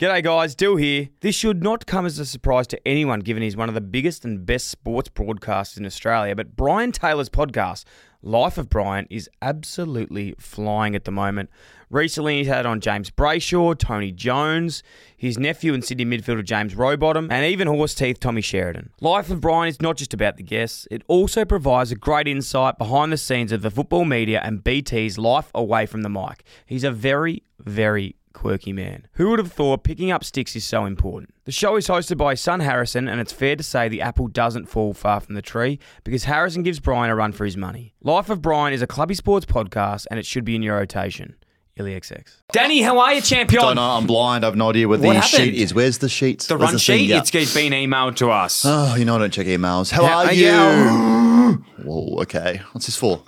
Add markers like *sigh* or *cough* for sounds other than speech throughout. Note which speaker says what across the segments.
Speaker 1: G'day, guys. Dill here. This should not come as a surprise to anyone, given he's one of the biggest and best sports broadcasters in Australia. But Brian Taylor's podcast, Life of Brian, is absolutely flying at the moment. Recently, he's had on James Brayshaw, Tony Jones, his nephew and Sydney midfielder James Rowbottom, and even horse teeth Tommy Sheridan. Life of Brian is not just about the guests, it also provides a great insight behind the scenes of the football media and BT's life away from the mic. He's a very, very quirky man. Who would have thought picking up sticks is so important? The show is hosted by his son Harrison, and it's fair to say the apple doesn't fall far from the tree because Harrison gives Brian a run for his money. Life of Brian is a clubby sports podcast, and it should be in your rotation. IllyXX. Danny, how are you, champion?
Speaker 2: Don't know. I'm blind. I've no idea what,
Speaker 1: What
Speaker 2: the
Speaker 1: happened?
Speaker 2: sheet is. Where's the sheet?
Speaker 1: The run
Speaker 2: Where's thing?
Speaker 1: sheet,
Speaker 2: Yeah.
Speaker 1: it's it's been emailed to us.
Speaker 2: oh, you know I don't check emails. How
Speaker 1: Yeah,
Speaker 2: are
Speaker 1: I-
Speaker 2: you?
Speaker 1: yeah.
Speaker 2: *gasps* Whoa, okay. What's this for?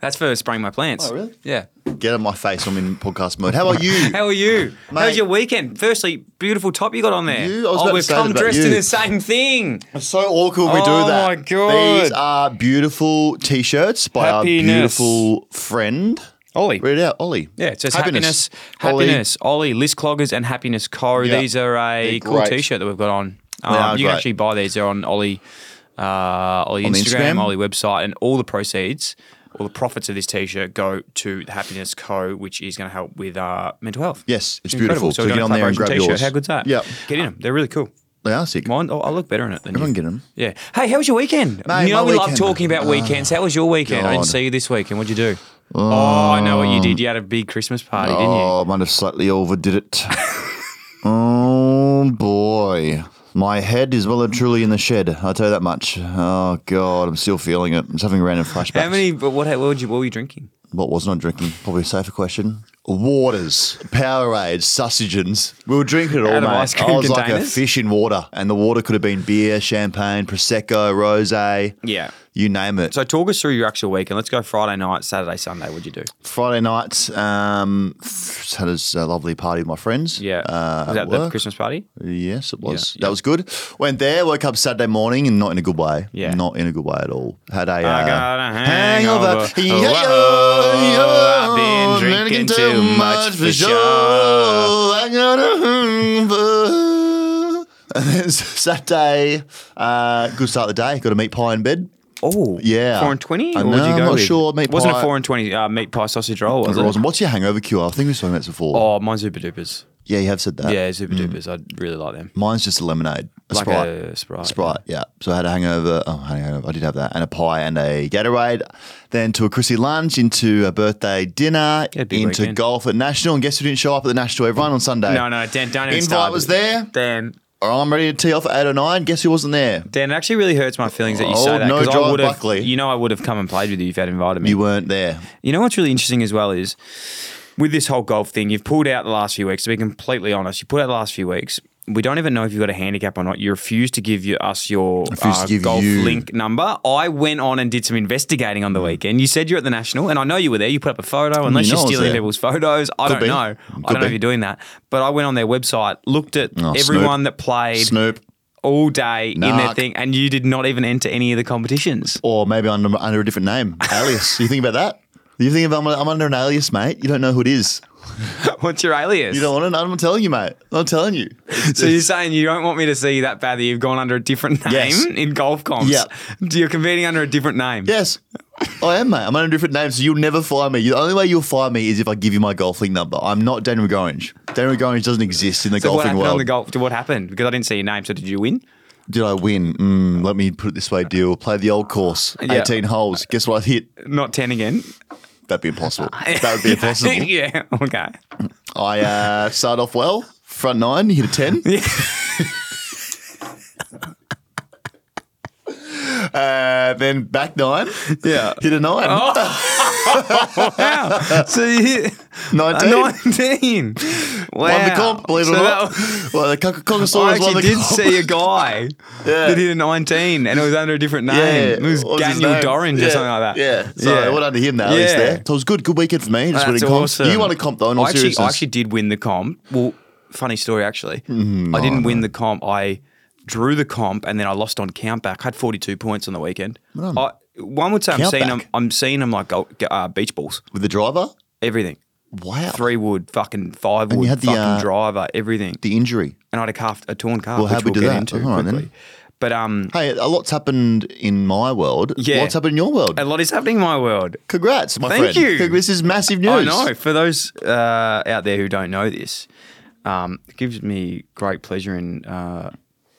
Speaker 1: That's for spraying my plants.
Speaker 2: Oh, really?
Speaker 1: Yeah.
Speaker 2: Get on my face. I'm in podcast mode. How are
Speaker 1: *laughs*
Speaker 2: you?
Speaker 1: How are you?
Speaker 2: Mate.
Speaker 1: How's your weekend? Firstly, beautiful top you got on there.
Speaker 2: You? I was
Speaker 1: oh,
Speaker 2: about to
Speaker 1: we've
Speaker 2: say
Speaker 1: come
Speaker 2: about
Speaker 1: dressed in
Speaker 2: you.
Speaker 1: the same thing.
Speaker 2: it's so awkward we
Speaker 1: Oh,
Speaker 2: do that.
Speaker 1: my God.
Speaker 2: These are beautiful t-shirts by
Speaker 1: Happiness.
Speaker 2: our beautiful friend.
Speaker 1: Ollie.
Speaker 2: Read it out, Ollie.
Speaker 1: Yeah, it says happiness,
Speaker 2: Happiness. Ollie.
Speaker 1: happiness, Ollie, list cloggers, and happiness co.
Speaker 2: Yeah.
Speaker 1: These are a
Speaker 2: They're
Speaker 1: cool
Speaker 2: great.
Speaker 1: T-shirt that we've got on. Um,
Speaker 2: are
Speaker 1: you can
Speaker 2: great.
Speaker 1: actually buy these. They're on Ollie, uh, Ollie
Speaker 2: On the
Speaker 1: Instagram,
Speaker 2: Instagram?
Speaker 1: Ollie website, and all the proceeds, all the profits of this T-shirt go to the Happiness Co, which is going to help with uh, mental health.
Speaker 2: Yes, it's
Speaker 1: Incredible.
Speaker 2: beautiful.
Speaker 1: So,
Speaker 2: So
Speaker 1: we've
Speaker 2: get
Speaker 1: done a
Speaker 2: on there and
Speaker 1: collaboration
Speaker 2: grab
Speaker 1: T-shirt.
Speaker 2: yours.
Speaker 1: How good's that?
Speaker 2: Yep.
Speaker 1: get in them. They're really cool.
Speaker 2: They are sick.
Speaker 1: Mine, oh, I look better in it than
Speaker 2: Everyone
Speaker 1: you.
Speaker 2: get 'em.
Speaker 1: Yeah. Hey, how was your weekend?
Speaker 2: Mate,
Speaker 1: you know
Speaker 2: my
Speaker 1: we love
Speaker 2: weekend-
Speaker 1: talking about
Speaker 2: Ah,
Speaker 1: weekends. How was your weekend? I didn't
Speaker 2: God.
Speaker 1: see you this weekend. What'd you do? Oh, I know what you did. You had a big Christmas party, didn't you?
Speaker 2: Oh, I might have slightly overdid it. *laughs* oh boy. My head is well and truly in the shed. I'll tell you that much. Oh god, I'm still feeling it. I'm just having random flashbacks.
Speaker 1: How many? But what? What, would you, what were you drinking?
Speaker 2: What wasn't I drinking? Probably a safer question. Waters, Powerade, sausages. We were drinking it all,
Speaker 1: Out of
Speaker 2: mate.
Speaker 1: ice cream
Speaker 2: I was like a
Speaker 1: containers?
Speaker 2: fish in water, and the water could have been beer, champagne, prosecco, rosé.
Speaker 1: Yeah.
Speaker 2: you name it.
Speaker 1: So talk us through your actual weekend. Let's go Friday night, Saturday, Sunday. What'd you do?
Speaker 2: Friday night, um, just had a lovely party with my friends.
Speaker 1: Yeah,
Speaker 2: uh,
Speaker 1: was
Speaker 2: at
Speaker 1: that the
Speaker 2: work.
Speaker 1: Christmas party?
Speaker 2: Yes, it was.
Speaker 1: Yeah,
Speaker 2: That was good. Went there, woke up Saturday morning, and not in a good way.
Speaker 1: Yeah.
Speaker 2: Not in a good way at all. Had a, uh,
Speaker 1: got a hangover.
Speaker 2: Yeah,
Speaker 1: Oh, I've been drinking too much for sure.
Speaker 2: I got a hangover. And then *laughs* Saturday, uh, good start of the day. Got a meat pie in bed.
Speaker 1: Oh,
Speaker 2: Yeah.
Speaker 1: four and twenty.
Speaker 2: I
Speaker 1: Or would
Speaker 2: know,
Speaker 1: you
Speaker 2: I'm
Speaker 1: go
Speaker 2: not
Speaker 1: with?
Speaker 2: sure. Meat
Speaker 1: Wasn't
Speaker 2: pie-
Speaker 1: it four and twenty uh, meat pie sausage roll? Was
Speaker 2: It
Speaker 1: it?
Speaker 2: wasn't- What's your hangover cure? I think we were talking about this before.
Speaker 1: Oh, mine's Uber Duper's.
Speaker 2: Yeah, you have said that.
Speaker 1: Yeah, Super Duper's. I really like them.
Speaker 2: Mine's just a lemonade. A
Speaker 1: Like
Speaker 2: mm. Sprite.
Speaker 1: a Sprite.
Speaker 2: Sprite, yeah. So I had a hangover. Oh, hangover. I did have that, and a pie and a Gatorade. Then to a Chrissy lunch, into a birthday dinner,
Speaker 1: Yeah, big
Speaker 2: into
Speaker 1: weekend.
Speaker 2: golf at National. And guess who didn't show up at the National? Everyone on Sunday.
Speaker 1: No, no, Dan, don't even
Speaker 2: Invite
Speaker 1: start.
Speaker 2: was there.
Speaker 1: Dan,
Speaker 2: I'm ready to tee off at eight or nine. Guess who wasn't there?
Speaker 1: Dan, it actually really hurts my feelings that you say
Speaker 2: Oh,
Speaker 1: that
Speaker 2: no,
Speaker 1: because I
Speaker 2: John
Speaker 1: would have,
Speaker 2: Buckley.
Speaker 1: you know, I would have come and played with you if you had invited me.
Speaker 2: You weren't there.
Speaker 1: You know what's really interesting as well is with this whole golf thing, you've pulled out the last few weeks. To be completely honest, you pulled out the last few weeks. We don't even know if you've got a handicap or not. You refuse to give you, us your
Speaker 2: refuse to
Speaker 1: uh,
Speaker 2: give
Speaker 1: golf
Speaker 2: you-
Speaker 1: link number. I went on and did some investigating on the weekend. You said you're at the national, and I know you were there. You put up a photo, unless
Speaker 2: Mm, know
Speaker 1: you
Speaker 2: I
Speaker 1: are
Speaker 2: was
Speaker 1: stealing
Speaker 2: there.
Speaker 1: people's photos. I don't
Speaker 2: be.
Speaker 1: know.
Speaker 2: Could
Speaker 1: I don't know
Speaker 2: be.
Speaker 1: if you're doing that. But I went on their website, looked at
Speaker 2: Oh,
Speaker 1: everyone
Speaker 2: Snoop.
Speaker 1: that played
Speaker 2: Snoop.
Speaker 1: all day in their
Speaker 2: Narc.
Speaker 1: thing, and you did not even enter any of the competitions. *laughs*
Speaker 2: Or maybe under, under a different name, alias. you think about that? You think about I'm, I'm under an alias, mate. You don't know who it is.
Speaker 1: What's your alias?
Speaker 2: You don't want to know. I'm telling you, mate. I'm telling you.
Speaker 1: So you're saying you don't want me to see you that bad that you've gone under a different name
Speaker 2: Yes.
Speaker 1: in golf comps?
Speaker 2: Yeah.
Speaker 1: *laughs* You're competing under a different name.
Speaker 2: Yes. I am, mate. I'm under a different name, so you'll never find me. The only way you'll find me is if I give you my golfing number. I'm not Daniel Gorringe. Daniel Gorringe doesn't exist in the
Speaker 1: So what
Speaker 2: golfing
Speaker 1: happened on
Speaker 2: world.
Speaker 1: the golf? What happened? Because I didn't see your name. So did you win?
Speaker 2: Did I win? Mm, let me put it this way, deal. Play the old course,
Speaker 1: Yeah.
Speaker 2: 18 holes. Guess what I hit?
Speaker 1: Not ten again.
Speaker 2: That'd be impossible. That would
Speaker 1: *laughs*
Speaker 2: be impossible.
Speaker 1: yeah.
Speaker 2: *laughs*
Speaker 1: Okay.
Speaker 2: I uh, started off well, front nine, hit a
Speaker 1: *laughs*
Speaker 2: 10. Uh, then back nine,
Speaker 1: Yeah. Oh.
Speaker 2: hit a nine.
Speaker 1: Wow. so you
Speaker 2: 19.
Speaker 1: nineteen. Wow.
Speaker 2: Won the comp, believe it
Speaker 1: So
Speaker 2: or
Speaker 1: that-
Speaker 2: not. *laughs* Well, the Coca-
Speaker 1: *laughs* I
Speaker 2: Coca-Cola won the
Speaker 1: actually did
Speaker 2: comp. *laughs*
Speaker 1: see a guy
Speaker 2: Yeah.
Speaker 1: that hit a 19 and it was under a different name. it was
Speaker 2: what his
Speaker 1: Daniel
Speaker 2: name?
Speaker 1: Dorange
Speaker 2: Yeah,
Speaker 1: or something like that.
Speaker 2: Yeah. So
Speaker 1: Yeah.
Speaker 2: what under him now? Yeah.
Speaker 1: Yeah.
Speaker 2: He's there. So it was good. Good weekend for me. Just
Speaker 1: That's
Speaker 2: winning comps.
Speaker 1: awesome.
Speaker 2: You won a comp though. In all
Speaker 1: I actually, I
Speaker 2: seriousness.
Speaker 1: actually did win the comp. Well, funny story actually.
Speaker 2: Mm.
Speaker 1: I didn't
Speaker 2: Oh,
Speaker 1: win the comp. I drew the comp and then I lost on countback. I had 42 points on the weekend. I, one would say I'm seeing them.
Speaker 2: Countback?
Speaker 1: I'm seeing them like gold, uh, beach balls,
Speaker 2: with the driver.
Speaker 1: everything.
Speaker 2: Wow.
Speaker 1: Three wood, fucking five
Speaker 2: you
Speaker 1: wood,
Speaker 2: had the,
Speaker 1: fucking
Speaker 2: uh,
Speaker 1: driver, everything.
Speaker 2: The injury.
Speaker 1: and I had a calf, a torn calf,
Speaker 2: Well,
Speaker 1: which
Speaker 2: how'd we
Speaker 1: we'll
Speaker 2: do
Speaker 1: get
Speaker 2: that?
Speaker 1: into
Speaker 2: All right, then.
Speaker 1: quickly. But um,
Speaker 2: Hey, a lot's happened in my world.
Speaker 1: Yeah.
Speaker 2: What's happened in your world?
Speaker 1: a lot is happening in my world.
Speaker 2: Congrats, my
Speaker 1: Thank
Speaker 2: friend.
Speaker 1: you.
Speaker 2: This is massive news.
Speaker 1: I know. For those uh, out there who don't know this, um, it gives me great pleasure in uh,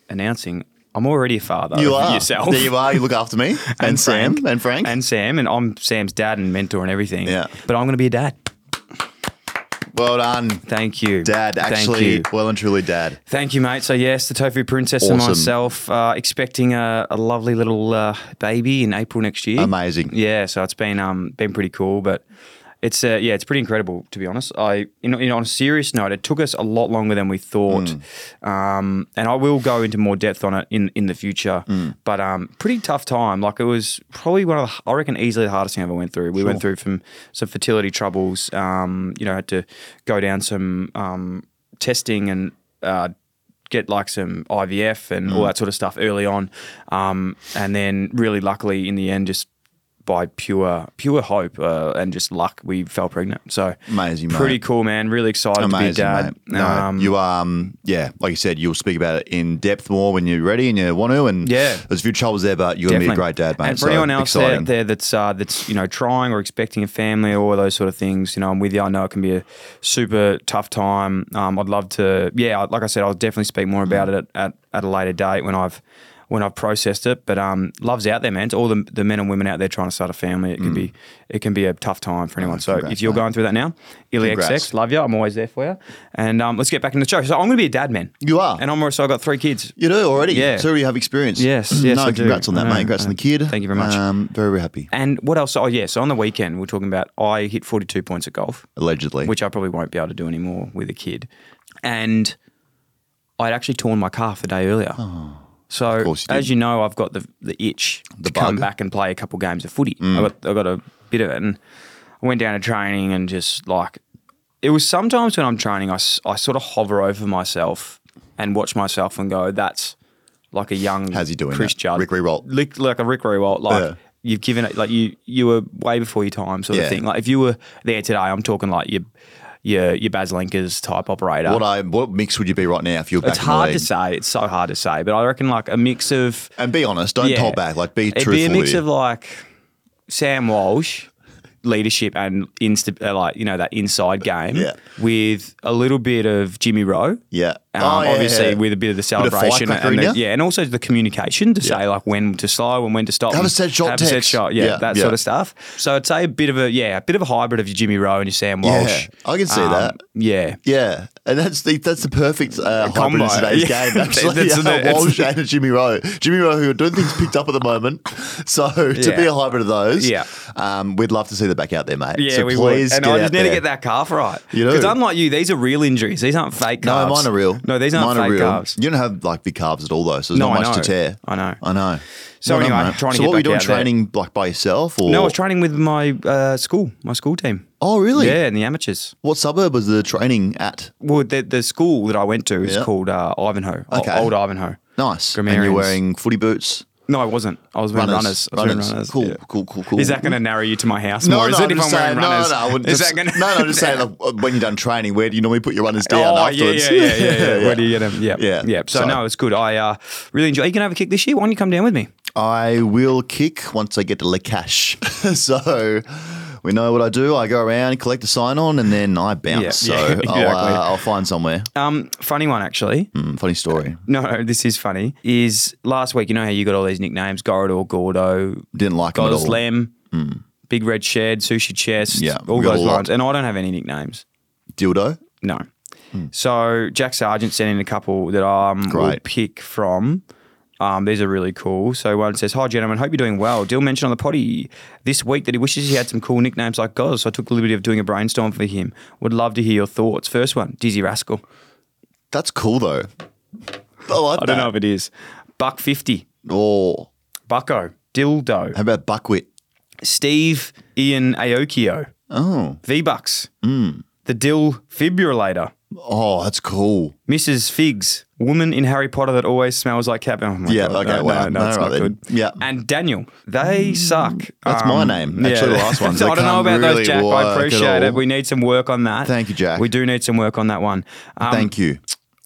Speaker 1: announcing I'm already a father.
Speaker 2: You
Speaker 1: of
Speaker 2: are.
Speaker 1: yourself.
Speaker 2: There you are. You look
Speaker 1: *laughs*
Speaker 2: after me. and, Sam.
Speaker 1: Frank.
Speaker 2: And
Speaker 1: *laughs*
Speaker 2: Frank.
Speaker 1: and Sam, and I'm Sam's dad and mentor and everything.
Speaker 2: Yeah.
Speaker 1: But I'm going to be a dad.
Speaker 2: well done,
Speaker 1: Thank you,
Speaker 2: Dad.
Speaker 1: Thank
Speaker 2: Actually,
Speaker 1: you.
Speaker 2: well and truly, Dad.
Speaker 1: Thank you, mate. So yes, the Tofu Princess and
Speaker 2: Awesome.
Speaker 1: myself uh, expecting a, a lovely little uh, baby in April next year.
Speaker 2: Amazing.
Speaker 1: Yeah, so it's been um been pretty cool, but it's uh, yeah, it's pretty incredible to be honest. I you know, you know on a serious note, it took us a lot longer than we thought,
Speaker 2: Mm.
Speaker 1: um, and I will go into more depth on it in in the future.
Speaker 2: Mm.
Speaker 1: But um, pretty tough time. Like it was probably one of the I reckon easily the hardest thing I ever went through. We went through from some fertility troubles. Um, you know, had to go down some um testing and. Uh, get like some IVF and
Speaker 2: Mm.
Speaker 1: all that sort of stuff early on. Um, and then really luckily in the end, just by pure pure hope uh, and just luck, we fell pregnant. So
Speaker 2: Amazing, mate.
Speaker 1: pretty cool, man. Really excited to be a
Speaker 2: Amazing,
Speaker 1: dad.
Speaker 2: mate. No, you um, yeah, like you said, you'll speak about it in depth more when you're ready and you want to. And
Speaker 1: Yeah.
Speaker 2: there's a few troubles there, but you're gonna be a great dad, mate.
Speaker 1: And for
Speaker 2: So,
Speaker 1: anyone else
Speaker 2: exciting.
Speaker 1: out there that's uh, that's you know trying or expecting a family or all those sort of things, you know, I'm with you. I know it can be a super tough time. Um, I'd love to, yeah, I- like I said, I'll definitely speak more about it at, at, at a later date when I've when I've processed it. But um, love's out there, man. To all the, the men and women out there trying to start a family, it can be it can be a tough time for anyone. so
Speaker 2: Mm. Oh, congrats,
Speaker 1: if you're
Speaker 2: mate.
Speaker 1: going through that now, Illy XX,
Speaker 2: Congrats.
Speaker 1: love you. I'm always there for you. And um, let's get back into the show. So I'm going to be a dad, man.
Speaker 2: You are.
Speaker 1: and I'm also I've got three kids.
Speaker 2: You do already.
Speaker 1: Yeah.
Speaker 2: So you have experience.
Speaker 1: Yes, yes,
Speaker 2: *clears throat* No,
Speaker 1: I do.
Speaker 2: congrats on that,
Speaker 1: I know,
Speaker 2: mate. Congrats
Speaker 1: I
Speaker 2: on the
Speaker 1: know.
Speaker 2: kid.
Speaker 1: Thank you very much.
Speaker 2: Um, very, very happy.
Speaker 1: And what else? Oh, yeah. So on the weekend, we're talking about I hit 42 points at golf,
Speaker 2: Allegedly.
Speaker 1: which I probably won't be able to do anymore with a kid. And I'd actually torn my calf a day earlier. so,
Speaker 2: Oh. course you did.
Speaker 1: as you know, I've got the, the itch to come
Speaker 2: bug. Mm.
Speaker 1: back and play a couple games of footy. I, got, I got a bit of it. And I went down to training and just like, it was sometimes when I'm training, I, s- I sort of hover over myself and watch myself and go, that's like a young
Speaker 2: How's he doing
Speaker 1: Chris
Speaker 2: that?
Speaker 1: Judd.
Speaker 2: Rick Riewoldt.
Speaker 1: Lick- like a Rick Rewalt, like
Speaker 2: Yeah.
Speaker 1: you've given it, like you you were way before your time, sort
Speaker 2: Yeah.
Speaker 1: of thing. Like if you were there today, I'm talking like your your your Baz Linkers type operator.
Speaker 2: what I what mix would you be right now if you're back
Speaker 1: uh, it's
Speaker 2: in the
Speaker 1: hard to
Speaker 2: league?
Speaker 1: say. It's so hard to say, but I reckon like a mix of
Speaker 2: And be honest, don't
Speaker 1: yeah,
Speaker 2: hold back. Like be
Speaker 1: it'd
Speaker 2: truthful.
Speaker 1: be a mix
Speaker 2: here.
Speaker 1: of like Sam Walsh. Leadership and insta, uh, like you know that inside game
Speaker 2: Yeah.
Speaker 1: with a little bit of Jimmy Rowe,
Speaker 2: Yeah.
Speaker 1: um,
Speaker 2: Oh, yeah,
Speaker 1: obviously
Speaker 2: yeah.
Speaker 1: with a bit of the
Speaker 2: of firecracker
Speaker 1: celebration
Speaker 2: in
Speaker 1: and the-
Speaker 2: ya?
Speaker 1: yeah, and also the communication to say like when to slow and when to stop.
Speaker 2: Have a
Speaker 1: and
Speaker 2: set shot
Speaker 1: have a set
Speaker 2: text.
Speaker 1: shot, yeah,
Speaker 2: Yeah,
Speaker 1: that
Speaker 2: yeah.
Speaker 1: sort of stuff. So I'd say a bit of a yeah, a bit of a hybrid of your Jimmy Rowe and your Sam Walsh. Um,
Speaker 2: I can see that.
Speaker 1: Yeah.
Speaker 2: Yeah, and that's the that's the perfect uh, hybrid
Speaker 1: Combo,
Speaker 2: in
Speaker 1: *laughs*
Speaker 2: today's
Speaker 1: yeah.
Speaker 2: game. Actually,
Speaker 1: That's-
Speaker 2: yeah,
Speaker 1: that's-
Speaker 2: Walsh and Jimmy Rowe. Jimmy Rowe, who I don't think's picked up at the moment, *laughs* so to
Speaker 1: Yeah.
Speaker 2: be a hybrid of those,
Speaker 1: Yeah.
Speaker 2: um, we'd love to see that back out there, mate.
Speaker 1: Yeah,
Speaker 2: so
Speaker 1: we
Speaker 2: please
Speaker 1: would. And
Speaker 2: get
Speaker 1: I
Speaker 2: out
Speaker 1: just need
Speaker 2: there.
Speaker 1: to get that calf right.
Speaker 2: You do.
Speaker 1: Because unlike you, these are real injuries. These aren't fake
Speaker 2: No,
Speaker 1: calves.
Speaker 2: mine are real.
Speaker 1: No, these aren't
Speaker 2: mine
Speaker 1: fake
Speaker 2: are real.
Speaker 1: calves.
Speaker 2: You don't have like big calves at all, though, so there's
Speaker 1: No,
Speaker 2: not
Speaker 1: I
Speaker 2: much to
Speaker 1: know.
Speaker 2: tear.
Speaker 1: I know.
Speaker 2: I know.
Speaker 1: So
Speaker 2: Well done,
Speaker 1: anyway,
Speaker 2: mate.
Speaker 1: trying to
Speaker 2: so
Speaker 1: get
Speaker 2: what were
Speaker 1: back
Speaker 2: you doing
Speaker 1: out there.
Speaker 2: training like by yourself or?
Speaker 1: No, I was training with my uh, school, my school team.
Speaker 2: oh, really?
Speaker 1: Yeah, and the amateurs.
Speaker 2: What suburb was the training at?
Speaker 1: Well, the, the school that I went to is
Speaker 2: Yeah.
Speaker 1: called uh, Ivanhoe, o-
Speaker 2: Okay.
Speaker 1: Old Ivanhoe.
Speaker 2: Nice. And
Speaker 1: Grammarians.
Speaker 2: you're wearing footy boots.
Speaker 1: No, I wasn't. I was wearing runners. I was wearing
Speaker 2: Runners. Cool, cool, cool, cool.
Speaker 1: Is that going to narrow you to my house
Speaker 2: No,
Speaker 1: more?
Speaker 2: no,
Speaker 1: is it if
Speaker 2: I'm
Speaker 1: I'm
Speaker 2: just
Speaker 1: wearing
Speaker 2: saying, no,
Speaker 1: runners?
Speaker 2: no, I would
Speaker 1: is that
Speaker 2: just,
Speaker 1: gonna...
Speaker 2: no, *laughs* no,
Speaker 1: *laughs*
Speaker 2: I'm just saying, like, when you're done training, where do you normally put your runners down
Speaker 1: Oh, yeah,
Speaker 2: afterwards?
Speaker 1: yeah, yeah, yeah, yeah. Where do you get them? Yeah,
Speaker 2: Yeah,
Speaker 1: yeah. So,
Speaker 2: so-
Speaker 1: no, it's good. I uh, really enjoy. You can have a kick this year. Why don't you come down with me?
Speaker 2: *laughs* I will kick once I get to Le Cash. *laughs* so we know what I do. I go around, collect a sign on, and then I bounce. so
Speaker 1: Yeah, *laughs* yeah, exactly.
Speaker 2: I'll, uh, I'll find somewhere.
Speaker 1: Um, funny one actually.
Speaker 2: Mm, funny story.
Speaker 1: No, *laughs* this is funny. Is last week, you know how you got all these nicknames Gorador, Gordo,
Speaker 2: Didn't like him at all.
Speaker 1: Goslem, Big Red Shed, Sushi Chest,
Speaker 2: Mm. Yeah,
Speaker 1: all
Speaker 2: we got
Speaker 1: those
Speaker 2: a lot.
Speaker 1: lines. And I don't have any nicknames.
Speaker 2: Dildo.
Speaker 1: No. Hmm. So Jack Sargent sent in a couple that um, we'll
Speaker 2: Great.
Speaker 1: pick from. Um, these are really cool. So one says, "Hi gentlemen, hope you're doing well." Dill mentioned on the potty this week that he wishes he had some cool nicknames like Goz. So I took the liberty of doing a brainstorm for him. Would love to hear your thoughts. First one, Dizzy Rascal.
Speaker 2: That's cool though. I like
Speaker 1: I don't
Speaker 2: that.
Speaker 1: know if it is Buck Fifty,
Speaker 2: Oh,
Speaker 1: Bucko, Dildo,
Speaker 2: how about buckwheat?
Speaker 1: Steve Ian Aokio,
Speaker 2: Oh,
Speaker 1: V Hmm. Bucks, the Dill Fibrillator,
Speaker 2: oh, that's cool.
Speaker 1: Mrs Figs, woman in Harry Potter that always smells like cat. Oh my
Speaker 2: Yeah,
Speaker 1: God,
Speaker 2: okay,
Speaker 1: no, no,
Speaker 2: wow.
Speaker 1: no,
Speaker 2: No,
Speaker 1: it's
Speaker 2: right
Speaker 1: not
Speaker 2: then.
Speaker 1: good.
Speaker 2: Yeah.
Speaker 1: and Daniel, they suck.
Speaker 2: That's my name, actually, the last one.
Speaker 1: Um, *laughs* So I
Speaker 2: They
Speaker 1: don't know
Speaker 2: can't
Speaker 1: about
Speaker 2: really
Speaker 1: those, Jack.
Speaker 2: work
Speaker 1: I
Speaker 2: at
Speaker 1: appreciate it.
Speaker 2: all.
Speaker 1: We need some work on that.
Speaker 2: Thank you, Jack.
Speaker 1: We do need some work on that one. Um,
Speaker 2: Thank you.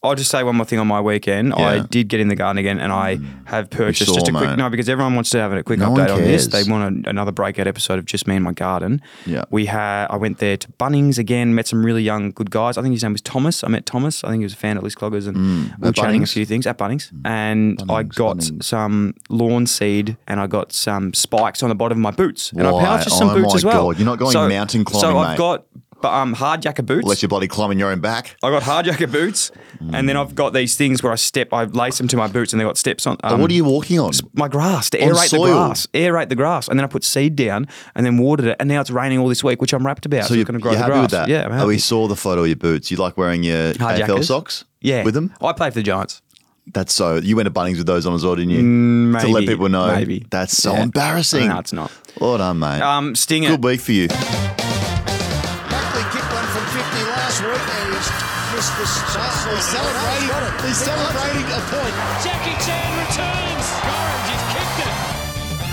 Speaker 1: I'll just say one more thing on my weekend. I
Speaker 2: Yeah. Mm.
Speaker 1: did get in the garden again, and I have purchased
Speaker 2: saw,
Speaker 1: just a quick
Speaker 2: mate.
Speaker 1: no because everyone wants to have a quick
Speaker 2: No one
Speaker 1: update on this. They
Speaker 2: cares.
Speaker 1: want a, another breakout episode of just me and my garden.
Speaker 2: Yeah.
Speaker 1: we had. I went there to Bunnings again, met some really young good guys. I think his name was Thomas. I met Thomas. I think he was a fan of List Cloggers, and we were
Speaker 2: Mm, at
Speaker 1: chatting a
Speaker 2: Bunnings? Mm.
Speaker 1: few things at Bunnings. And I got some lawn seed, and I got some spikes on the bottom of my boots, and
Speaker 2: Why?
Speaker 1: I purchased some
Speaker 2: Oh
Speaker 1: boots
Speaker 2: my
Speaker 1: as well.
Speaker 2: God, you're not going
Speaker 1: so,
Speaker 2: mountain
Speaker 1: So
Speaker 2: climbing,
Speaker 1: I've
Speaker 2: mate.
Speaker 1: got um, hard yakka boots.
Speaker 2: Let your body climb on your own back.
Speaker 1: I got hard jacket boots, and then I've got these things where I step, I lace them to my boots, and they got steps on. Um,
Speaker 2: what are you walking on?
Speaker 1: My grass to
Speaker 2: On
Speaker 1: aerate the
Speaker 2: soil?
Speaker 1: grass, aerate the grass, and then I put seed down, and then watered it, and now it's raining all this week, which I'm wrapped about. So,
Speaker 2: you-
Speaker 1: it's going to grow
Speaker 2: you're
Speaker 1: the
Speaker 2: happy
Speaker 1: grass.
Speaker 2: with that?
Speaker 1: Yeah, I'm happy.
Speaker 2: Oh, we saw the photo of your boots. You like wearing your
Speaker 1: Hard
Speaker 2: AFL
Speaker 1: jackers.
Speaker 2: socks?
Speaker 1: yeah,
Speaker 2: With them?
Speaker 1: I play for the Giants.
Speaker 2: That's so. You went to Bunnings with those on as well, didn't you? to let
Speaker 1: Mm, maybe,
Speaker 2: people know.
Speaker 1: maybe.
Speaker 2: That's so
Speaker 1: Yeah.
Speaker 2: embarrassing.
Speaker 1: No, it's not.
Speaker 2: Well done, mate.
Speaker 1: Um, Stinger.
Speaker 2: Good week for you.
Speaker 3: Buckley kicked one from 50 last week and he's missed the shot. He's celebrating, he's celebrating a point.
Speaker 4: Jackie Chan returns. Gorringe has kicked it.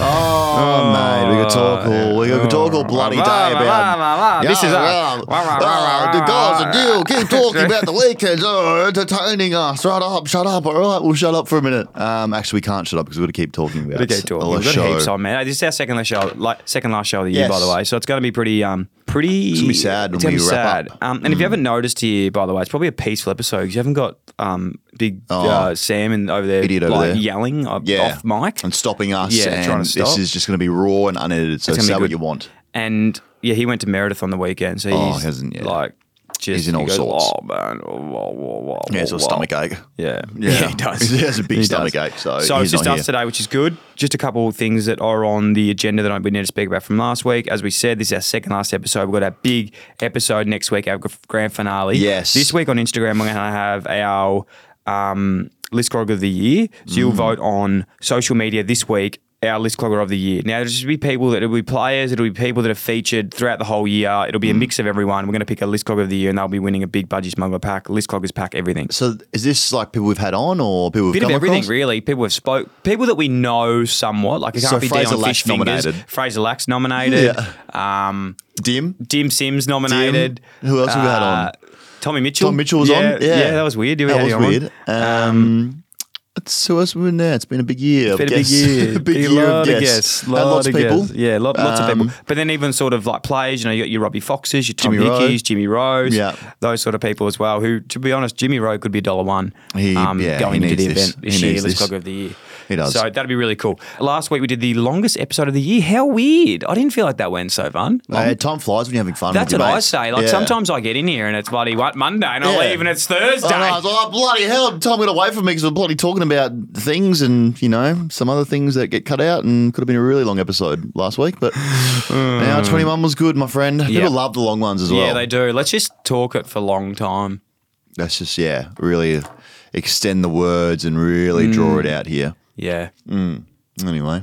Speaker 2: Oh, mate, we could talk all we could talk
Speaker 1: Oh,
Speaker 2: all bloody
Speaker 1: Blah, blah,
Speaker 2: day
Speaker 1: blah,
Speaker 2: about.
Speaker 1: blah, blah. This is us.
Speaker 2: well,
Speaker 1: Wah, wah, wah,
Speaker 2: well,
Speaker 1: wah,
Speaker 2: the
Speaker 1: wah,
Speaker 2: guys
Speaker 1: wah.
Speaker 2: are deal. Keep talking about the weekends.
Speaker 1: *laughs*
Speaker 2: Oh, entertaining us. Shut up, shut up. All right, we'll shut up for a minute. Um, actually, we can't shut up because we've got to keep talking about.
Speaker 1: Okay, talk.
Speaker 2: the
Speaker 1: We've got
Speaker 2: show.
Speaker 1: heaps on, man. This is our second last show, like, second last show of the year,
Speaker 2: Yes.
Speaker 1: by the way. So it's going to be pretty, um, pretty. It's
Speaker 2: gonna be sad when
Speaker 1: gonna
Speaker 2: we
Speaker 1: be
Speaker 2: wrap
Speaker 1: sad.
Speaker 2: up.
Speaker 1: Um, and if you haven't noticed here, by the way, it's probably a peaceful episode because you haven't got um, big uh, Sam and over there,
Speaker 2: Oh. Idiot over
Speaker 1: like,
Speaker 2: there.
Speaker 1: yelling off,
Speaker 2: Yeah,
Speaker 1: off mic.
Speaker 2: and stopping us.
Speaker 1: Yeah,
Speaker 2: and
Speaker 1: trying to
Speaker 2: This
Speaker 1: stop.
Speaker 2: is just going to be raw and unedited. So
Speaker 1: It's gonna be
Speaker 2: say what
Speaker 1: good.
Speaker 2: you want.
Speaker 1: And yeah, he went to Meredith on the weekend, so he's
Speaker 2: Oh, hasn't- yeah.
Speaker 1: like just
Speaker 2: He's in all
Speaker 1: he goes,
Speaker 2: sorts.
Speaker 1: Oh man, oh, whoa, whoa, whoa,
Speaker 2: Yeah, it's
Speaker 1: whoa,
Speaker 2: a
Speaker 1: whoa."
Speaker 2: stomach ache.
Speaker 1: *laughs* Yeah.
Speaker 2: Yeah.
Speaker 1: he does.
Speaker 2: *laughs* He has a big
Speaker 1: does.
Speaker 2: stomach ache, so
Speaker 1: so
Speaker 2: he's
Speaker 1: it's just
Speaker 2: not
Speaker 1: us
Speaker 2: here.
Speaker 1: today, which is good. Just a couple of things that are on the agenda that I we need to speak about from last week. As we said, this is our second last episode. We've got our big episode next week, our gr- grand finale.
Speaker 2: Yes.
Speaker 1: This week on Instagram, we're going to have our um, list clogger of the year. So
Speaker 2: Mm.
Speaker 1: you'll vote on social media this week. Our list clogger of the year. Now, there's just be people that it'll be players, it'll be people that are featured throughout the whole year. It'll
Speaker 2: Mm.
Speaker 1: be a mix of everyone. We're going to pick a list clogger of the year, and they'll be winning a big budgie smuggler pack, list cloggers pack, everything
Speaker 2: So is this like people we've had on or people we've
Speaker 1: bit
Speaker 2: come
Speaker 1: of everything,
Speaker 2: across?
Speaker 1: really. People have spoke, people that we know somewhat. Like it can't
Speaker 2: So
Speaker 1: be
Speaker 2: Fraser
Speaker 1: Dion
Speaker 2: Lack's
Speaker 1: Fish fingers.
Speaker 2: nominated.
Speaker 1: Fraser Lack's nominated. Um,
Speaker 2: Dim.
Speaker 1: Dim Sims nominated. Uh,
Speaker 2: Who else have we had on?
Speaker 1: Tommy Mitchell.
Speaker 2: Tom Mitchell was
Speaker 1: yeah,
Speaker 2: on. Yeah.
Speaker 1: that was weird. We
Speaker 2: That
Speaker 1: had
Speaker 2: was
Speaker 1: him on.
Speaker 2: weird. Um, it's who else we in there? It's been a big year. It's
Speaker 1: Bit of big
Speaker 2: *laughs*
Speaker 1: year,
Speaker 2: big
Speaker 1: A
Speaker 2: year
Speaker 1: lot
Speaker 2: of guests. And
Speaker 1: lot
Speaker 2: lots of people.
Speaker 1: guests. Yeah, lot, lots of
Speaker 2: Um,
Speaker 1: people. But then even sort of like players, you know, you got your Robbie Foxes, your Tom
Speaker 2: Jimmy Rowe.
Speaker 1: Hickeys, Jimmy Rose,
Speaker 2: Yeah.
Speaker 1: those sort of people as well. Who, to be honest, Jimmy Rowe could be dollar one um,
Speaker 2: He- yeah, he
Speaker 1: going into
Speaker 2: needs
Speaker 1: the
Speaker 2: this.
Speaker 1: event this
Speaker 2: He
Speaker 1: year,
Speaker 2: needs
Speaker 1: Let's
Speaker 2: this.
Speaker 1: Clogger of the year.
Speaker 2: He does.
Speaker 1: So that'd be really cool. Last week we did the longest episode of the year. How weird! I didn't feel like that went so fun.
Speaker 2: Hey, time flies when you're having fun.
Speaker 1: That's
Speaker 2: with
Speaker 1: what
Speaker 2: your
Speaker 1: I
Speaker 2: mates.
Speaker 1: say. Like
Speaker 2: Yeah.
Speaker 1: sometimes I get in here and it's bloody what Monday, and I
Speaker 2: Yeah.
Speaker 1: leave and it's Thursday.
Speaker 2: Oh, no, I was like, oh, bloody hell, time got away from me because we're bloody talking about things and, you know, some other things that get cut out and could have been a really long episode last
Speaker 1: *sighs*
Speaker 2: week. But now 21 was good, my friend.
Speaker 1: Yeah.
Speaker 2: People love the long ones as well.
Speaker 1: Yeah, they do. Let's just talk it for a long time.
Speaker 2: That's just, yeah, really extend the words and really
Speaker 1: Mm.
Speaker 2: draw it out here.
Speaker 1: Yeah.
Speaker 2: Anyway.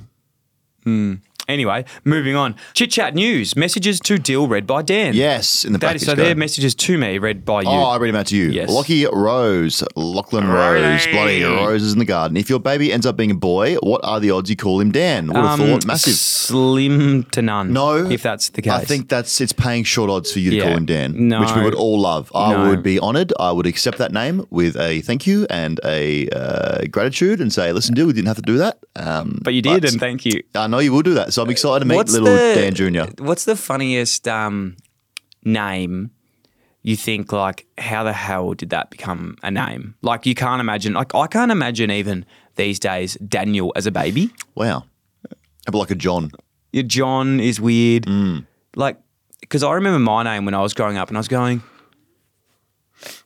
Speaker 1: Anyway, moving on. Chit chat news messages to Dill read by Dan.
Speaker 2: Yes, in the
Speaker 1: That
Speaker 2: package.
Speaker 1: is, so
Speaker 2: go.
Speaker 1: their messages to me read by you.
Speaker 2: Oh, I read him out to you.
Speaker 1: Yes.
Speaker 2: Lockie Rose, Lachlan Rose, bloody roses in the garden. If your baby ends up being a boy, what are the odds you call him Dan? Would
Speaker 1: Um,
Speaker 2: have thought massive.
Speaker 1: Slim to none.
Speaker 2: No,
Speaker 1: if that's the case.
Speaker 2: I think that's it's paying short odds for you to
Speaker 1: Yeah.
Speaker 2: call him Dan,
Speaker 1: No.
Speaker 2: which we would all love. I
Speaker 1: No.
Speaker 2: would be honoured. I would accept that name with a thank you and a uh, gratitude, and say, "Listen, dude, we didn't have to do that." Um,
Speaker 1: But you did, and thank you.
Speaker 2: I know you will do that, so I'm excited to meet little Dan Junior.
Speaker 1: What's the funniest um, name? You think like, how the hell did that become a name? Like you can't imagine. Like I can't imagine even these days Daniel as a baby.
Speaker 2: Wow, I'd be like a John.
Speaker 1: Your John is weird.
Speaker 2: Mm.
Speaker 1: Like, because I remember my name when I was growing up, and I was going,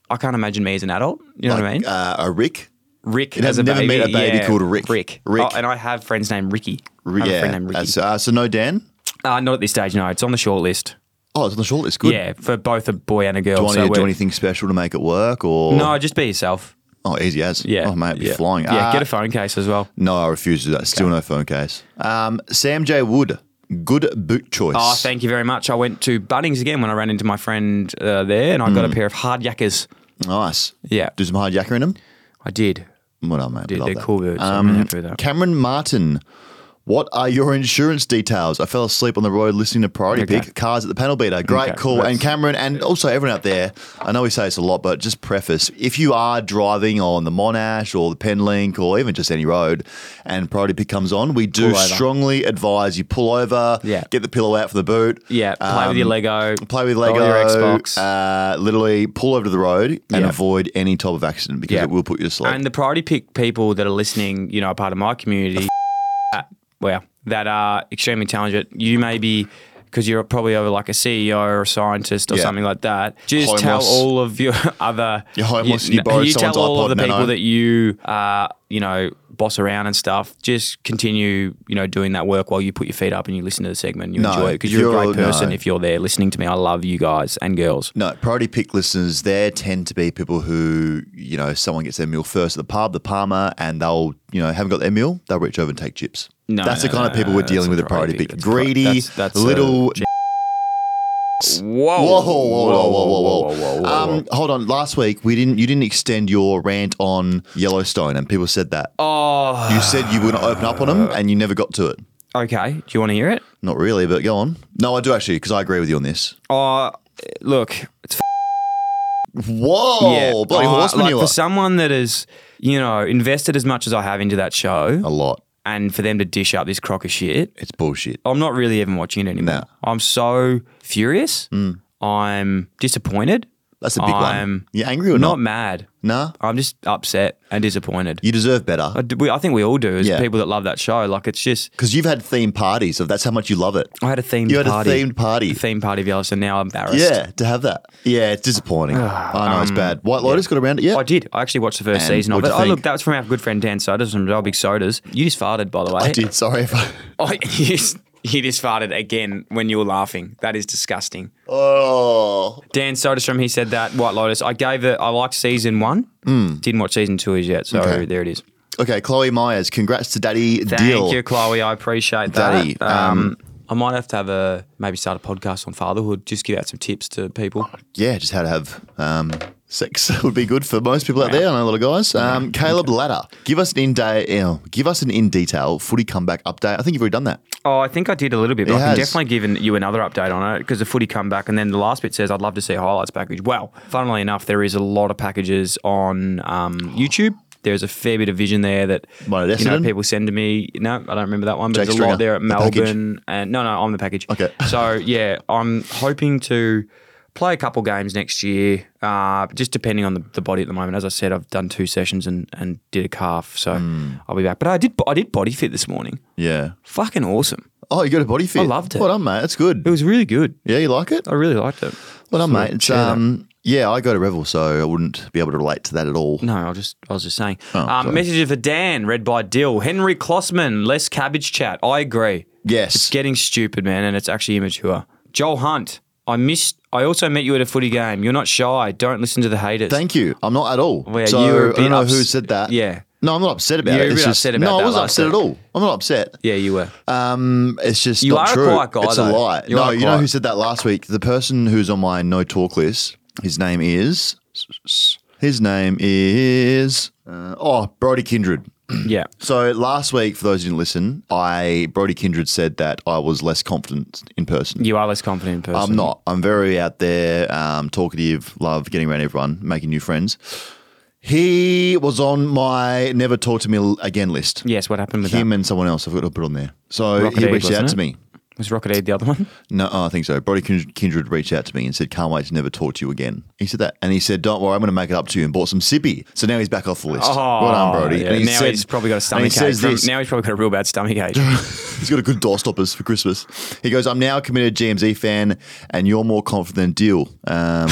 Speaker 1: I can't imagine me as an adult. You know
Speaker 2: like,
Speaker 1: what I mean?
Speaker 2: Uh, a Rick.
Speaker 1: Rick
Speaker 2: I've
Speaker 1: as a
Speaker 2: never
Speaker 1: baby.
Speaker 2: met a baby
Speaker 1: yeah.
Speaker 2: called Rick.
Speaker 1: Rick.
Speaker 2: Rick.
Speaker 1: Oh, and I have friends named Ricky. I
Speaker 2: R-
Speaker 1: have a friend
Speaker 2: Yeah,
Speaker 1: named Ricky.
Speaker 2: that's, uh, so no Dan.
Speaker 1: Uh, not at this stage, no. It's on the short list.
Speaker 2: Oh, it's on the short list. Good.
Speaker 1: Yeah, for both a boy and a girl.
Speaker 2: Do I need
Speaker 1: so
Speaker 2: to do
Speaker 1: we're-
Speaker 2: anything special to make it work, or
Speaker 1: No, just be yourself.
Speaker 2: Oh, easy as.
Speaker 1: Yeah.
Speaker 2: Oh, mate, it'd be
Speaker 1: yeah.
Speaker 2: flying.
Speaker 1: Yeah,
Speaker 2: Ah,
Speaker 1: get a phone case as well.
Speaker 2: No, I refuse to do that. Still no phone case. Um, Sam J. Wood, good boot choice.
Speaker 1: Oh, thank you very much. I went to Bunnings again when I ran
Speaker 2: Mm.
Speaker 1: into my friend uh, there, and I got a pair of hard yakkers.
Speaker 2: Nice.
Speaker 1: Yeah.
Speaker 2: Do some hard yakka in them.
Speaker 1: I did.
Speaker 2: What up, mate?
Speaker 1: Dude,
Speaker 2: Love
Speaker 1: they're
Speaker 2: that.
Speaker 1: cool birds. I'm really
Speaker 2: Um,
Speaker 1: happy with that.
Speaker 2: Cameron Martin, what are your insurance details? I fell asleep on the road listening to Priority
Speaker 1: Okay.
Speaker 2: Pick. Cars at the panel beater. Great,
Speaker 1: Okay,
Speaker 2: cool. And
Speaker 1: that's-
Speaker 2: Cameron, and also everyone out there, I know we say this a lot, but just preface if you are driving on the Monash or the Penlink or even just any road and Priority Pick comes on, we do
Speaker 1: Pull over.
Speaker 2: strongly advise you pull over,
Speaker 1: Yeah.
Speaker 2: get the pillow out for the boot.
Speaker 1: Yeah, play with your
Speaker 2: um,
Speaker 1: Lego.
Speaker 2: Play with
Speaker 1: go on
Speaker 2: Lego,
Speaker 1: your Xbox.
Speaker 2: Uh, literally pull over to the road and
Speaker 1: Yeah.
Speaker 2: avoid any type of accident because
Speaker 1: Yeah.
Speaker 2: it will put you to sleep.
Speaker 1: And the priority pick people that are listening, you know, are part of my community, that, well, that are extremely talented. You may be, because you're probably over like a CEO or a scientist or
Speaker 2: Yeah.
Speaker 1: something like that. Just
Speaker 2: Homeless.
Speaker 1: tell all of your *laughs* other.
Speaker 2: You're homeless and you
Speaker 1: n-
Speaker 2: borrowed
Speaker 1: tell
Speaker 2: someone's
Speaker 1: all of the
Speaker 2: iPod
Speaker 1: people
Speaker 2: Nano.
Speaker 1: that you, uh, you know, boss around and stuff. Just continue, you know, doing that work while you put your feet up and you listen to the segment. And you
Speaker 2: No,
Speaker 1: enjoy it because
Speaker 2: if
Speaker 1: you're, a
Speaker 2: you're-
Speaker 1: great person.
Speaker 2: no.
Speaker 1: If you're there listening to me, I love you guys and girls.
Speaker 2: No, priority pick listeners, there tend to be people who, you know, someone gets their meal first at the pub, the Palmer, and they'll, you know, haven't got their meal, they'll reach over and take chips.
Speaker 1: No,
Speaker 2: that's
Speaker 1: no,
Speaker 2: the kind
Speaker 1: no,
Speaker 2: of people
Speaker 1: no,
Speaker 2: we're
Speaker 1: that's
Speaker 2: dealing with
Speaker 1: a
Speaker 2: at priority
Speaker 1: priority
Speaker 2: pick.
Speaker 1: pick. That's pri-
Speaker 2: Greedy,
Speaker 1: that's- that's a
Speaker 2: little.
Speaker 1: gen- Whoa,
Speaker 2: Whoa, whoa, whoa, whoa, whoa, whoa, Um, hold on. Last week we didn't. You didn't extend your rant on Yellowstone, and people said that
Speaker 1: oh,
Speaker 2: you said you were going to open up on them, and you never got to it.
Speaker 1: okay. Do you want to hear it?
Speaker 2: Not really, but go on. No, I do actually, because I agree with you on this.
Speaker 1: Uh, look, it's f-
Speaker 2: Whoa,
Speaker 1: yeah.
Speaker 2: Oh, bloody
Speaker 1: Uh,
Speaker 2: horse
Speaker 1: like
Speaker 2: manure.
Speaker 1: for someone that is, you know, invested as much as I have into that show,
Speaker 2: a lot.
Speaker 1: and for them to dish up this crock of shit,
Speaker 2: It's bullshit.
Speaker 1: I'm not really even watching it anymore.
Speaker 2: No. Mm.
Speaker 1: I'm so furious. I'm disappointed.
Speaker 2: That's a big one.
Speaker 1: I'm
Speaker 2: You angry or
Speaker 1: Not
Speaker 2: not?
Speaker 1: mad.
Speaker 2: Nah.
Speaker 1: I'm just upset and disappointed.
Speaker 2: You deserve better.
Speaker 1: I, d- we- I think we all do as
Speaker 2: Yeah.
Speaker 1: people that love that show. Like it's just
Speaker 2: Because you've had themed parties, so that's how much you love it.
Speaker 1: I had a themed
Speaker 2: You had a
Speaker 1: party.
Speaker 2: themed party.
Speaker 1: Themed party of Yellowstone. Now I'm embarrassed.
Speaker 2: Yeah, to have that. Yeah, it's
Speaker 1: *sighs*
Speaker 2: disappointing. I know
Speaker 1: Um,
Speaker 2: it's bad. White Lotus got around it yet.
Speaker 1: *laughs* I did. I actually watched the first
Speaker 2: And
Speaker 1: season of it.
Speaker 2: what'd you
Speaker 1: Oh, look,
Speaker 2: think?
Speaker 1: that was from our good friend Dan Sodas from Real Big Sodas. You just farted, by the way.
Speaker 2: I did. Sorry if I.
Speaker 1: *laughs*
Speaker 2: *laughs*
Speaker 1: Oh, you just, you just farted again when you were laughing. That is disgusting.
Speaker 2: Oh,
Speaker 1: Dan Soderstrom, he said that. White Lotus. I gave it, I liked season one. Didn't watch season two as yet. So
Speaker 2: Hmm. Okay.
Speaker 1: there it is.
Speaker 2: okay. Chloe Myers, congrats to Daddy
Speaker 1: Thank
Speaker 2: Deal.
Speaker 1: you, Chloe. I appreciate that.
Speaker 2: Daddy,
Speaker 1: Um, I might have to have a maybe start a podcast on fatherhood, just give out some tips to people.
Speaker 2: Yeah, just how to have um, sex *laughs* would be good for most people out there. I know a lot of guys. Um, Caleb Ladder, give us an in day. ew, Give us an in detail footy comeback update. I think you've already done that.
Speaker 1: Oh, I think I did a little bit, but
Speaker 2: It
Speaker 1: I can
Speaker 2: has.
Speaker 1: definitely give an- you another update on it because the footy comeback, and then the last bit says I'd love to see highlights package. Well, funnily enough, there is a lot of packages on um, YouTube. There's a fair bit of vision there that
Speaker 2: Might have
Speaker 1: you know
Speaker 2: Essendon?
Speaker 1: people send to me. No, I don't remember that one, but there's
Speaker 2: Jake
Speaker 1: a
Speaker 2: Stringer,
Speaker 1: lot there at
Speaker 2: the package.
Speaker 1: Melbourne. And no, no, I'm the package.
Speaker 2: Okay. *laughs*
Speaker 1: so yeah, I'm hoping to play a couple games next year. Uh, just depending on the, the body at the moment. As I said, I've done two sessions and, and did a calf, so
Speaker 2: Hmm.
Speaker 1: I'll be back. But I did I did body fit this morning.
Speaker 2: Yeah.
Speaker 1: Fucking awesome.
Speaker 2: Oh, you got a body fit.
Speaker 1: loved it.
Speaker 2: Well done, mate. That's good.
Speaker 1: It was really good.
Speaker 2: Yeah, you like it?
Speaker 1: I really liked it.
Speaker 2: Well done,
Speaker 1: Sort of
Speaker 2: mate. It's,
Speaker 1: share that.
Speaker 2: um, yeah, I go to Revel, so I wouldn't be able to relate to that at all.
Speaker 1: No, I was just I was just saying.
Speaker 2: sorry.
Speaker 1: um, messages for Dan, read by Dill. Henry Klossman, less cabbage chat. I agree.
Speaker 2: Yes.
Speaker 1: Getting stupid, man, and it's actually immature. Joel Hunt, I missed. I also met you at a footy game. You're not shy. Don't listen to the haters.
Speaker 2: Thank you. I'm not at all.
Speaker 1: Well, yeah,
Speaker 2: so
Speaker 1: you were a
Speaker 2: I
Speaker 1: bit
Speaker 2: don't know who
Speaker 1: ups-
Speaker 2: said that.
Speaker 1: yeah.
Speaker 2: No, I'm not upset about
Speaker 1: You were
Speaker 2: it.
Speaker 1: a
Speaker 2: It's
Speaker 1: bit
Speaker 2: just,
Speaker 1: upset about
Speaker 2: no,
Speaker 1: that
Speaker 2: I wasn't
Speaker 1: last
Speaker 2: upset at
Speaker 1: week.
Speaker 2: all. I'm not upset.
Speaker 1: yeah, you
Speaker 2: *clears throat*
Speaker 1: were.
Speaker 2: Um, it's just
Speaker 1: You
Speaker 2: not
Speaker 1: are a
Speaker 2: true.
Speaker 1: quiet guy,
Speaker 2: It's a
Speaker 1: though.
Speaker 2: lie.
Speaker 1: You
Speaker 2: no,
Speaker 1: are
Speaker 2: you know
Speaker 1: quiet.
Speaker 2: who said that last week? The person who's on my no talk list. His name is. His name is. Uh, oh, Brody Kindred.
Speaker 1: yeah.
Speaker 2: So last week, for those who didn't listen, I Brody Kindred said that I was less confident in person.
Speaker 1: You are less confident in person.
Speaker 2: I'm not. I'm very out there, um, talkative, love getting around everyone, making new friends. He was on my never talk to me again list.
Speaker 1: Yes, what happened with
Speaker 2: Him
Speaker 1: that?
Speaker 2: and someone else. I've got to put on there. So
Speaker 1: Rocket
Speaker 2: he
Speaker 1: Egg,
Speaker 2: reached
Speaker 1: wasn't
Speaker 2: out to
Speaker 1: it?
Speaker 2: me.
Speaker 1: Was Rocket Aid the other one?
Speaker 2: No, oh, I think so. Brody Kindred, Kindred reached out to me and said, "Can't wait to never talk to you again." He said that, and he said, "Don't worry, I'm going to make it up to you." And bought some sippy. So now he's back off the list.
Speaker 1: Oh,
Speaker 2: well done, Brody.
Speaker 1: yeah.
Speaker 2: And he
Speaker 1: now
Speaker 2: said-
Speaker 1: he's probably got a
Speaker 2: and
Speaker 1: stomach
Speaker 2: he
Speaker 1: ache.
Speaker 2: says
Speaker 1: from-
Speaker 2: this-
Speaker 1: now he's probably got a real bad stomach
Speaker 2: *laughs*
Speaker 1: ache.
Speaker 2: He's got a good door stoppers for Christmas. He goes, I'm now a committed GMZ fan, and you're more confident than Deal. Um,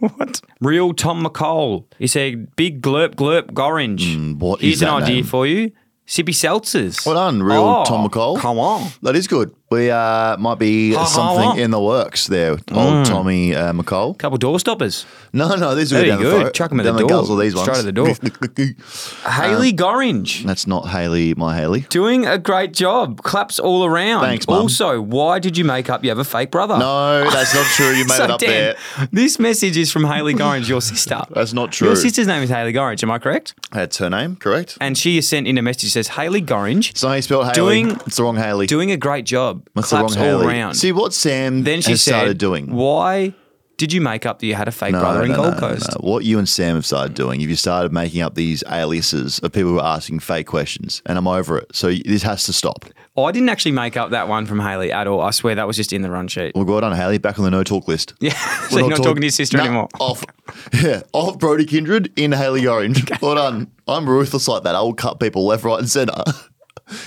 Speaker 1: What? Real Tom McCall. He said, big glurp glurp gorange.
Speaker 2: Mm, what
Speaker 1: Here's
Speaker 2: is
Speaker 1: an
Speaker 2: that
Speaker 1: idea
Speaker 2: name?
Speaker 1: for you. Sippy seltzers.
Speaker 2: well done, real
Speaker 1: Oh,
Speaker 2: Tom McCall.
Speaker 1: Come on.
Speaker 2: That is good. We uh, might be
Speaker 1: Ha, Hmm. ha,
Speaker 2: something
Speaker 1: ha.
Speaker 2: in the works there, old Tommy uh, McColl.
Speaker 1: Couple door stoppers.
Speaker 2: No, no, these are
Speaker 1: Very
Speaker 2: down the
Speaker 1: good.
Speaker 2: throat.
Speaker 1: Chuck 'em at
Speaker 2: down
Speaker 1: the door.
Speaker 2: guzzle, these ones.
Speaker 1: Straight at the door.
Speaker 2: Um,
Speaker 1: Haley Gorringe.
Speaker 2: *laughs* That's not Haley, my Haley.
Speaker 1: Doing a great job. Claps all around.
Speaker 2: Thanks, Mum.
Speaker 1: Also, why did you make up you have a fake brother?
Speaker 2: No, that's not true. You made
Speaker 1: so,
Speaker 2: it up
Speaker 1: Dan,
Speaker 2: there.
Speaker 1: This message is from Haley Gorringe,
Speaker 2: *laughs*
Speaker 1: your sister.
Speaker 2: That's not true.
Speaker 1: Your sister's name is Haley Gorringe, am I correct?
Speaker 2: That's her name, correct?
Speaker 1: And she has sent in a message that says, Haley Gorringe,
Speaker 2: It's not how you spell Haley.
Speaker 1: Doing-
Speaker 2: it's the wrong Haley.
Speaker 1: doing a great job.
Speaker 2: That's
Speaker 1: Claps
Speaker 2: the wrong
Speaker 1: all
Speaker 2: Haley.
Speaker 1: around.
Speaker 2: See what Sam
Speaker 1: then she
Speaker 2: has
Speaker 1: said,
Speaker 2: started doing.
Speaker 1: Why did you make up that you had a fake brother in Gold Coast?
Speaker 2: no. What you and Sam have started doing, if you started making up these aliases of people who are asking fake questions, and I'm over it. So y- this has to stop.
Speaker 1: I didn't actually make up that one from Haley at all. I swear that was just in the run sheet.
Speaker 2: Well, well done, Haley. Back on the no talk list.
Speaker 1: Yeah. *laughs* so you're not talking, to your sister
Speaker 2: Nah,
Speaker 1: anymore.
Speaker 2: Off. *laughs* Yeah, off Brody Kindred in Haley Orange. Well done. I'm ruthless like that. I will cut people left, right, and centre. *laughs*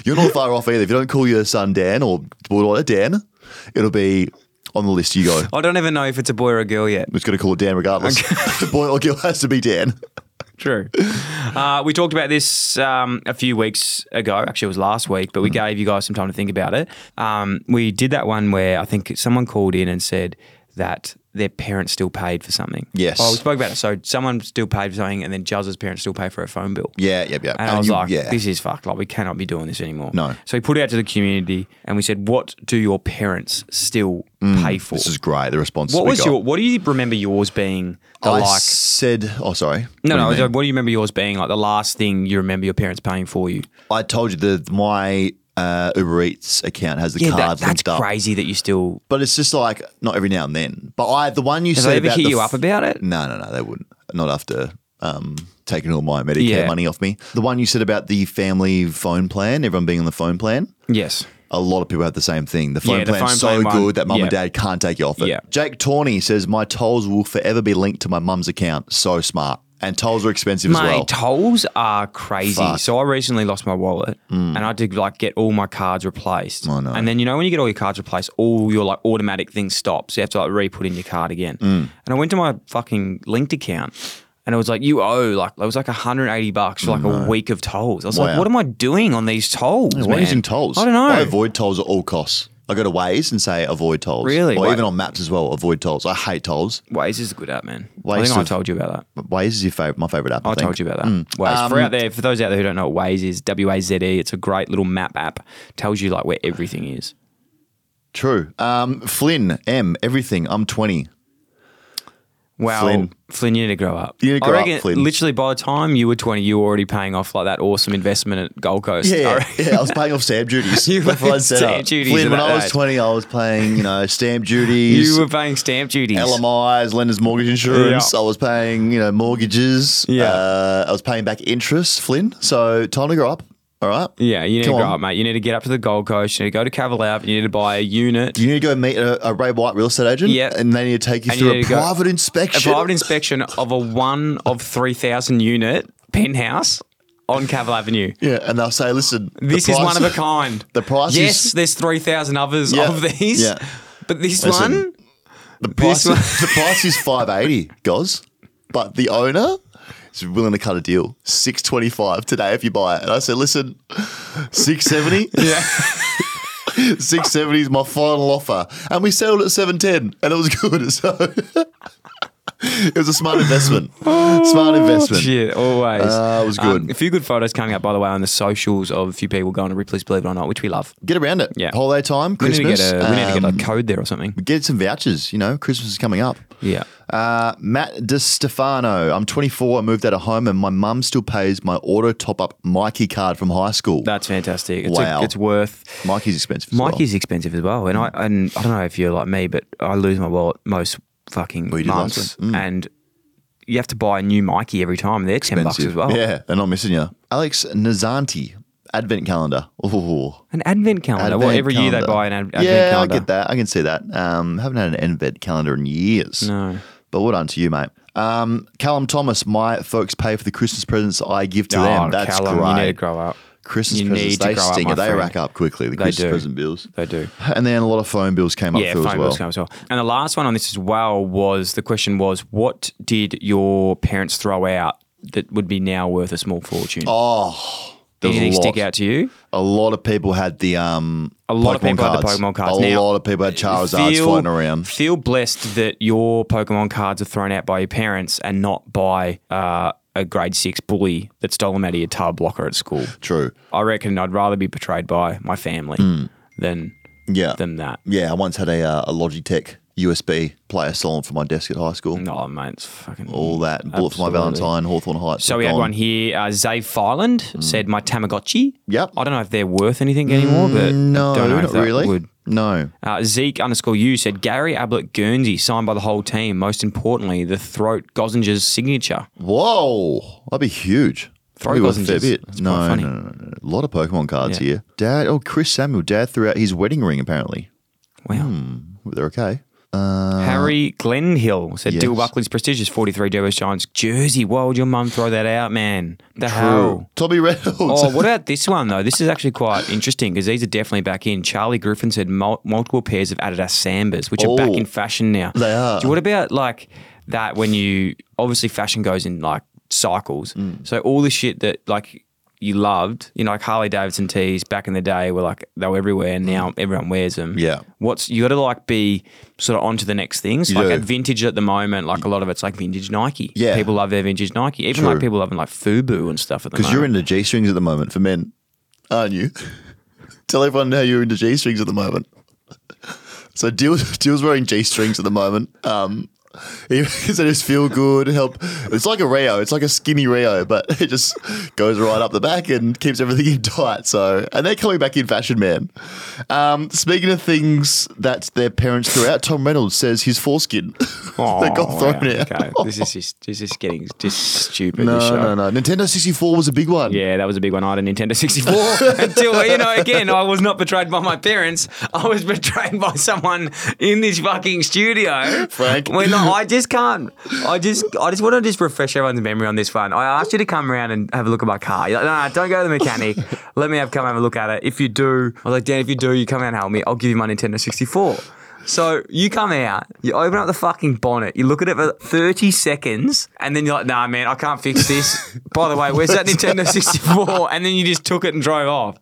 Speaker 2: You're not far off either. If you don't call your son Dan or daughter Dan, it'll be on the list you go.
Speaker 1: I don't even know if it's a boy or a girl yet.
Speaker 2: It's going to call it Dan regardless. *laughs* the boy or girl has to be Dan.
Speaker 1: True. *laughs* Uh, we talked about this um, a few weeks ago. Actually, it was last week,
Speaker 2: Hmm.
Speaker 1: but we gave you guys some time to think about it. Um, we did that one where I think someone called in and said that their parents still paid for something.
Speaker 2: Yes.
Speaker 1: Oh, we spoke about it. So someone still paid for something, and then Juz's parents still pay for a phone bill.
Speaker 2: Yeah, yeah, yeah.
Speaker 1: And, I was
Speaker 2: Oh, you-
Speaker 1: like,
Speaker 2: yeah.
Speaker 1: this is fucked. Like, we cannot be doing this anymore.
Speaker 2: No.
Speaker 1: So we put it out to the community and we said, what do your parents still pay for?
Speaker 2: Mm, This is great. The response.
Speaker 1: what
Speaker 2: we
Speaker 1: was
Speaker 2: got.
Speaker 1: your, what do you remember yours being the
Speaker 2: I
Speaker 1: like?
Speaker 2: said. Oh, sorry.
Speaker 1: No, no.
Speaker 2: What do you mean?
Speaker 1: What do you remember yours being like? The last thing you remember your parents paying for you?
Speaker 2: I told you that my uh, Uber Eats account has the
Speaker 1: that,
Speaker 2: cards
Speaker 1: that's
Speaker 2: linked up.
Speaker 1: crazy that you still.
Speaker 2: But it's just like not every now and then. But I the one you
Speaker 1: Did
Speaker 2: said
Speaker 1: they ever
Speaker 2: about
Speaker 1: hit
Speaker 2: the
Speaker 1: you
Speaker 2: f-
Speaker 1: up about it?
Speaker 2: No, no, no, they wouldn't. Not after um, taking all my Medicare
Speaker 1: Yeah.
Speaker 2: money off me. The one you said about the family phone plan, everyone being on the phone plan.
Speaker 1: Yes.
Speaker 2: A lot of people have the same thing. The phone
Speaker 1: Yeah, the
Speaker 2: plan's
Speaker 1: phone
Speaker 2: so
Speaker 1: plan one.
Speaker 2: good that mum and
Speaker 1: Yeah.
Speaker 2: dad can't take you off it.
Speaker 1: Yeah.
Speaker 2: Jake Tawney says my tolls will forever be linked to my mum's account. So smart. And tolls are expensive
Speaker 1: My
Speaker 2: as well.
Speaker 1: tolls are crazy.
Speaker 2: Fuck. Mm.
Speaker 1: So I recently lost my wallet, and I did like get all my cards replaced.
Speaker 2: Oh, no.
Speaker 1: And then you know when you get all your cards replaced, all your like automatic things stop, so you have to like re-put in your card again.
Speaker 2: Mm.
Speaker 1: And I went to my fucking linked account, and it was like you owe like it was like 180 bucks for like a week of tolls. I was like,
Speaker 2: Wow.
Speaker 1: what am I doing on these tolls?
Speaker 2: Why are you
Speaker 1: man?
Speaker 2: using tolls?
Speaker 1: I don't know.
Speaker 2: I avoid tolls at all costs. I go to Waze and say avoid tolls.
Speaker 1: Really?
Speaker 2: Or
Speaker 1: Why-
Speaker 2: even on maps as well, avoid tolls. I hate tolls.
Speaker 1: Waze is a good app, man. I
Speaker 2: Waze
Speaker 1: think I
Speaker 2: is-
Speaker 1: told you about that.
Speaker 2: But Waze is your favorite, my favorite app. I,
Speaker 1: I
Speaker 2: think. Mm. Um,
Speaker 1: told you about that. Waze. for out there, for those out there who don't know what Waze is, W A Z E. It's a great little map app. Tells you like where everything is.
Speaker 2: True. Um, Flynn M. Everything. I'm 20.
Speaker 1: Wow,
Speaker 2: Flynn.
Speaker 1: Flynn, you need to grow up.
Speaker 2: You need to
Speaker 1: I
Speaker 2: grow up,
Speaker 1: reckon
Speaker 2: Flynn.
Speaker 1: Literally, by the time you were twenty, you were already paying off like that awesome investment at Gold Coast. I
Speaker 2: Yeah,
Speaker 1: reckon- *laughs*
Speaker 2: yeah. I was paying off stamp duties.
Speaker 1: You
Speaker 2: That's
Speaker 1: were
Speaker 2: what I set
Speaker 1: stamp
Speaker 2: up.
Speaker 1: duties
Speaker 2: Flynn,
Speaker 1: at
Speaker 2: when
Speaker 1: that
Speaker 2: I was
Speaker 1: age.
Speaker 2: 20, I was paying, you know, stamp duties.
Speaker 1: *laughs* you were paying stamp duties.
Speaker 2: LMIs, lender's mortgage insurance.
Speaker 1: Yeah.
Speaker 2: I was paying, you know, mortgages.
Speaker 1: Yeah.
Speaker 2: Uh, I was paying back interest, Flynn. So time to grow up. All right.
Speaker 1: Yeah, you need
Speaker 2: Come
Speaker 1: to grow
Speaker 2: on.
Speaker 1: up, mate. You need to get up to the Gold Coast. You need to go to Cavalout. You need to buy a unit.
Speaker 2: You need to go meet a, a Ray White real estate agent.
Speaker 1: Yeah.
Speaker 2: And they need to take you
Speaker 1: And you
Speaker 2: through
Speaker 1: need
Speaker 2: a
Speaker 1: to go-
Speaker 2: private
Speaker 1: a
Speaker 2: inspection.
Speaker 1: private inspection of a one of three thousand unit penthouse on Cavill Avenue.
Speaker 2: yeah. And they'll say, listen, the
Speaker 1: This is
Speaker 2: price-
Speaker 1: one of a kind.
Speaker 2: The price
Speaker 1: Yes,
Speaker 2: is
Speaker 1: there's 3,000 others
Speaker 2: Yeah,
Speaker 1: of these.
Speaker 2: yeah.
Speaker 1: But this
Speaker 2: Listen,
Speaker 1: one,
Speaker 2: The price,
Speaker 1: one-
Speaker 2: *laughs* the price is five eighty, Goz, but the owner is willing to cut a deal six twenty five today if you buy it. And I said, listen, six seventy, *laughs*
Speaker 1: *laughs* yeah.
Speaker 2: six seventy is my final offer, and we settled at seven ten, and it was good. *laughs* So it was a smart investment,
Speaker 1: Oh,
Speaker 2: smart investment.
Speaker 1: Shit, always.
Speaker 2: Uh, it was
Speaker 1: Um,
Speaker 2: good.
Speaker 1: a few good photos coming up, by the way, on the socials of a few people going to Ripley's Believe It or Not, which we love.
Speaker 2: Get around it.
Speaker 1: Yeah.
Speaker 2: holiday time,
Speaker 1: We need, to
Speaker 2: Christmas.
Speaker 1: get a, we need to get
Speaker 2: um,
Speaker 1: a code there or something.
Speaker 2: get some vouchers. You know, Christmas is coming up.
Speaker 1: Yeah.
Speaker 2: Uh, Matt DiStefano. I'm 24. I moved out of home, and my mum still pays my auto top up Mikey card from high school.
Speaker 1: That's fantastic. It's, a-
Speaker 2: Wow.
Speaker 1: it's worth.
Speaker 2: Mikey's expensive. As
Speaker 1: Mikey's expensive as well, and I and I don't know if you're like me, but I lose my wallet most fucking
Speaker 2: you did last Mm.
Speaker 1: months, and you have to buy a new Mikey every time. They're ten
Speaker 2: well.
Speaker 1: bucks as
Speaker 2: Expensive.
Speaker 1: well.
Speaker 2: Yeah, they're not missing you. Alex Nazanti. Advent calendar. Oh,
Speaker 1: An advent calendar.
Speaker 2: advent
Speaker 1: well, every year they
Speaker 2: calendar.
Speaker 1: buy an ad- advent
Speaker 2: yeah,
Speaker 1: calendar.
Speaker 2: I get that. I can see that. Um, haven't had an advent calendar in years.
Speaker 1: No.
Speaker 2: But well done to you, mate. Um, Callum Thomas. My folks pay for the Christmas presents I give to them. Oh, That's
Speaker 1: Oh, Callum,
Speaker 2: great.
Speaker 1: You need to grow up.
Speaker 2: Christmas
Speaker 1: You
Speaker 2: presents,
Speaker 1: need to
Speaker 2: they
Speaker 1: grow up,
Speaker 2: sting
Speaker 1: my
Speaker 2: it. They
Speaker 1: friend.
Speaker 2: rack up quickly, the
Speaker 1: They
Speaker 2: Christmas
Speaker 1: do.
Speaker 2: present bills.
Speaker 1: They do.
Speaker 2: And then a lot of phone bills came up
Speaker 1: Yeah,
Speaker 2: through
Speaker 1: phone
Speaker 2: as
Speaker 1: bills
Speaker 2: well.
Speaker 1: come as well. And the last one on this as well was the question was, what did your parents throw out that would be now worth a small fortune?
Speaker 2: Oh, was a
Speaker 1: Anything stick
Speaker 2: lot.
Speaker 1: out to you?
Speaker 2: A lot of people had the um.
Speaker 1: A lot of
Speaker 2: Pokemon
Speaker 1: people had the
Speaker 2: cards.
Speaker 1: Pokemon cards.
Speaker 2: A
Speaker 1: Now,
Speaker 2: lot of people had Charizards flying around.
Speaker 1: Feel blessed that your Pokemon cards are thrown out by your parents and not by uh, a grade six bully that stole them out of your tub locker at school.
Speaker 2: True.
Speaker 1: I reckon I'd rather be portrayed by my family
Speaker 2: Hmm.
Speaker 1: than
Speaker 2: Yeah.
Speaker 1: than that.
Speaker 2: Yeah, I once had a, uh, a Logitech USB player stolen from my desk at high school.
Speaker 1: No, mate, it's fucking
Speaker 2: All that. Bullet for my
Speaker 1: Absolutely.
Speaker 2: Valentine, Hawthorne Heights.
Speaker 1: So we had
Speaker 2: gone. Mm.
Speaker 1: one here. Uh, Zay Filand said, "My Tamagotchi."
Speaker 2: Yep. Mm,
Speaker 1: I don't know if they're worth anything anymore, but
Speaker 2: No,
Speaker 1: I don't know if
Speaker 2: not
Speaker 1: that
Speaker 2: really.
Speaker 1: Would.
Speaker 2: No.
Speaker 1: Uh, Zeke underscore you said Gary Ablett Guernsey signed by the whole team. Most importantly, the throat Gosinger's signature.
Speaker 2: Whoa, that'd be huge.
Speaker 1: Throw
Speaker 2: Probably worth a fair
Speaker 1: lozenges.
Speaker 2: bit.
Speaker 1: That's
Speaker 2: No,
Speaker 1: quite funny.
Speaker 2: no, no, no, no. A lot of Pokemon cards
Speaker 1: Yeah.
Speaker 2: here. Dad, oh, Chris Samuel, Dad threw out his wedding ring, apparently.
Speaker 1: Wow.
Speaker 2: Hmm. They're okay.
Speaker 1: Harry Glenhill said
Speaker 2: Uh, yes.
Speaker 1: Dill Buckley's prestigious 43 Dubbo Giants jersey. Why would your mum throw that out, man? The hell?
Speaker 2: *laughs* Tommy Reynolds.
Speaker 1: Oh, what about this one though? This is actually quite interesting because these are definitely back in. Charlie Griffin said mul- multiple pairs of Adidas Sambas, which are back
Speaker 2: Oh,
Speaker 1: in fashion now.
Speaker 2: *laughs* they are.
Speaker 1: Do you- what about like that when you obviously fashion goes in like cycles?
Speaker 2: Mm.
Speaker 1: So all the shit that like you loved, you know, like Harley Davidson tees back in the day were like they were everywhere. and Now everyone wears them.
Speaker 2: Mm. Yeah.
Speaker 1: What's you got to like be sort of onto the next things. like
Speaker 2: do.
Speaker 1: at vintage at the moment, like a lot of it's like vintage Nike.
Speaker 2: Yeah.
Speaker 1: People love their vintage Nike. Even like
Speaker 2: True.
Speaker 1: people loving like FUBU and stuff at the moment.
Speaker 2: *laughs* Because you're into G strings at the moment for men, aren't you? *laughs* Tell everyone how you're into G strings at the moment. So Dill's, *laughs* Dill's wearing G strings at the moment. Um, *laughs* he said just feel good, help. It's like a Rio, it's like a skinny Rio, but *laughs* it just goes right up the back and keeps everything in tight. So, and they're coming back in fashion, man. Um, speaking of things that their parents threw out, Tom Reynolds says his foreskin *laughs* that got thrown
Speaker 1: Oh, wow.
Speaker 2: out. *laughs*
Speaker 1: Okay. This is just, this is getting just stupid.
Speaker 2: No,
Speaker 1: this show.
Speaker 2: no, no. Nintendo 64 was a big one.
Speaker 1: Yeah, that was a big one. I had a Nintendo 64 *laughs* until, you know, again, I was not betrayed by my parents. I was betrayed by someone in this fucking studio.
Speaker 2: Frank.
Speaker 1: When I I *laughs* just can't. I just I just want to just refresh everyone's memory on this one. I asked you to come around and have a look at my car. You're like, no, don't go to the *laughs* mechanic. Let me have come have a look at it. If you do, I was like, Dan, if you do, you come out and help me. I'll give you my Nintendo 64. So you come out, you open up the fucking bonnet, you look at it for 30 seconds, and then you're like, nah, man, I can't fix *laughs* this. By the way, where's that Nintendo 64? And then you just took it and drove off.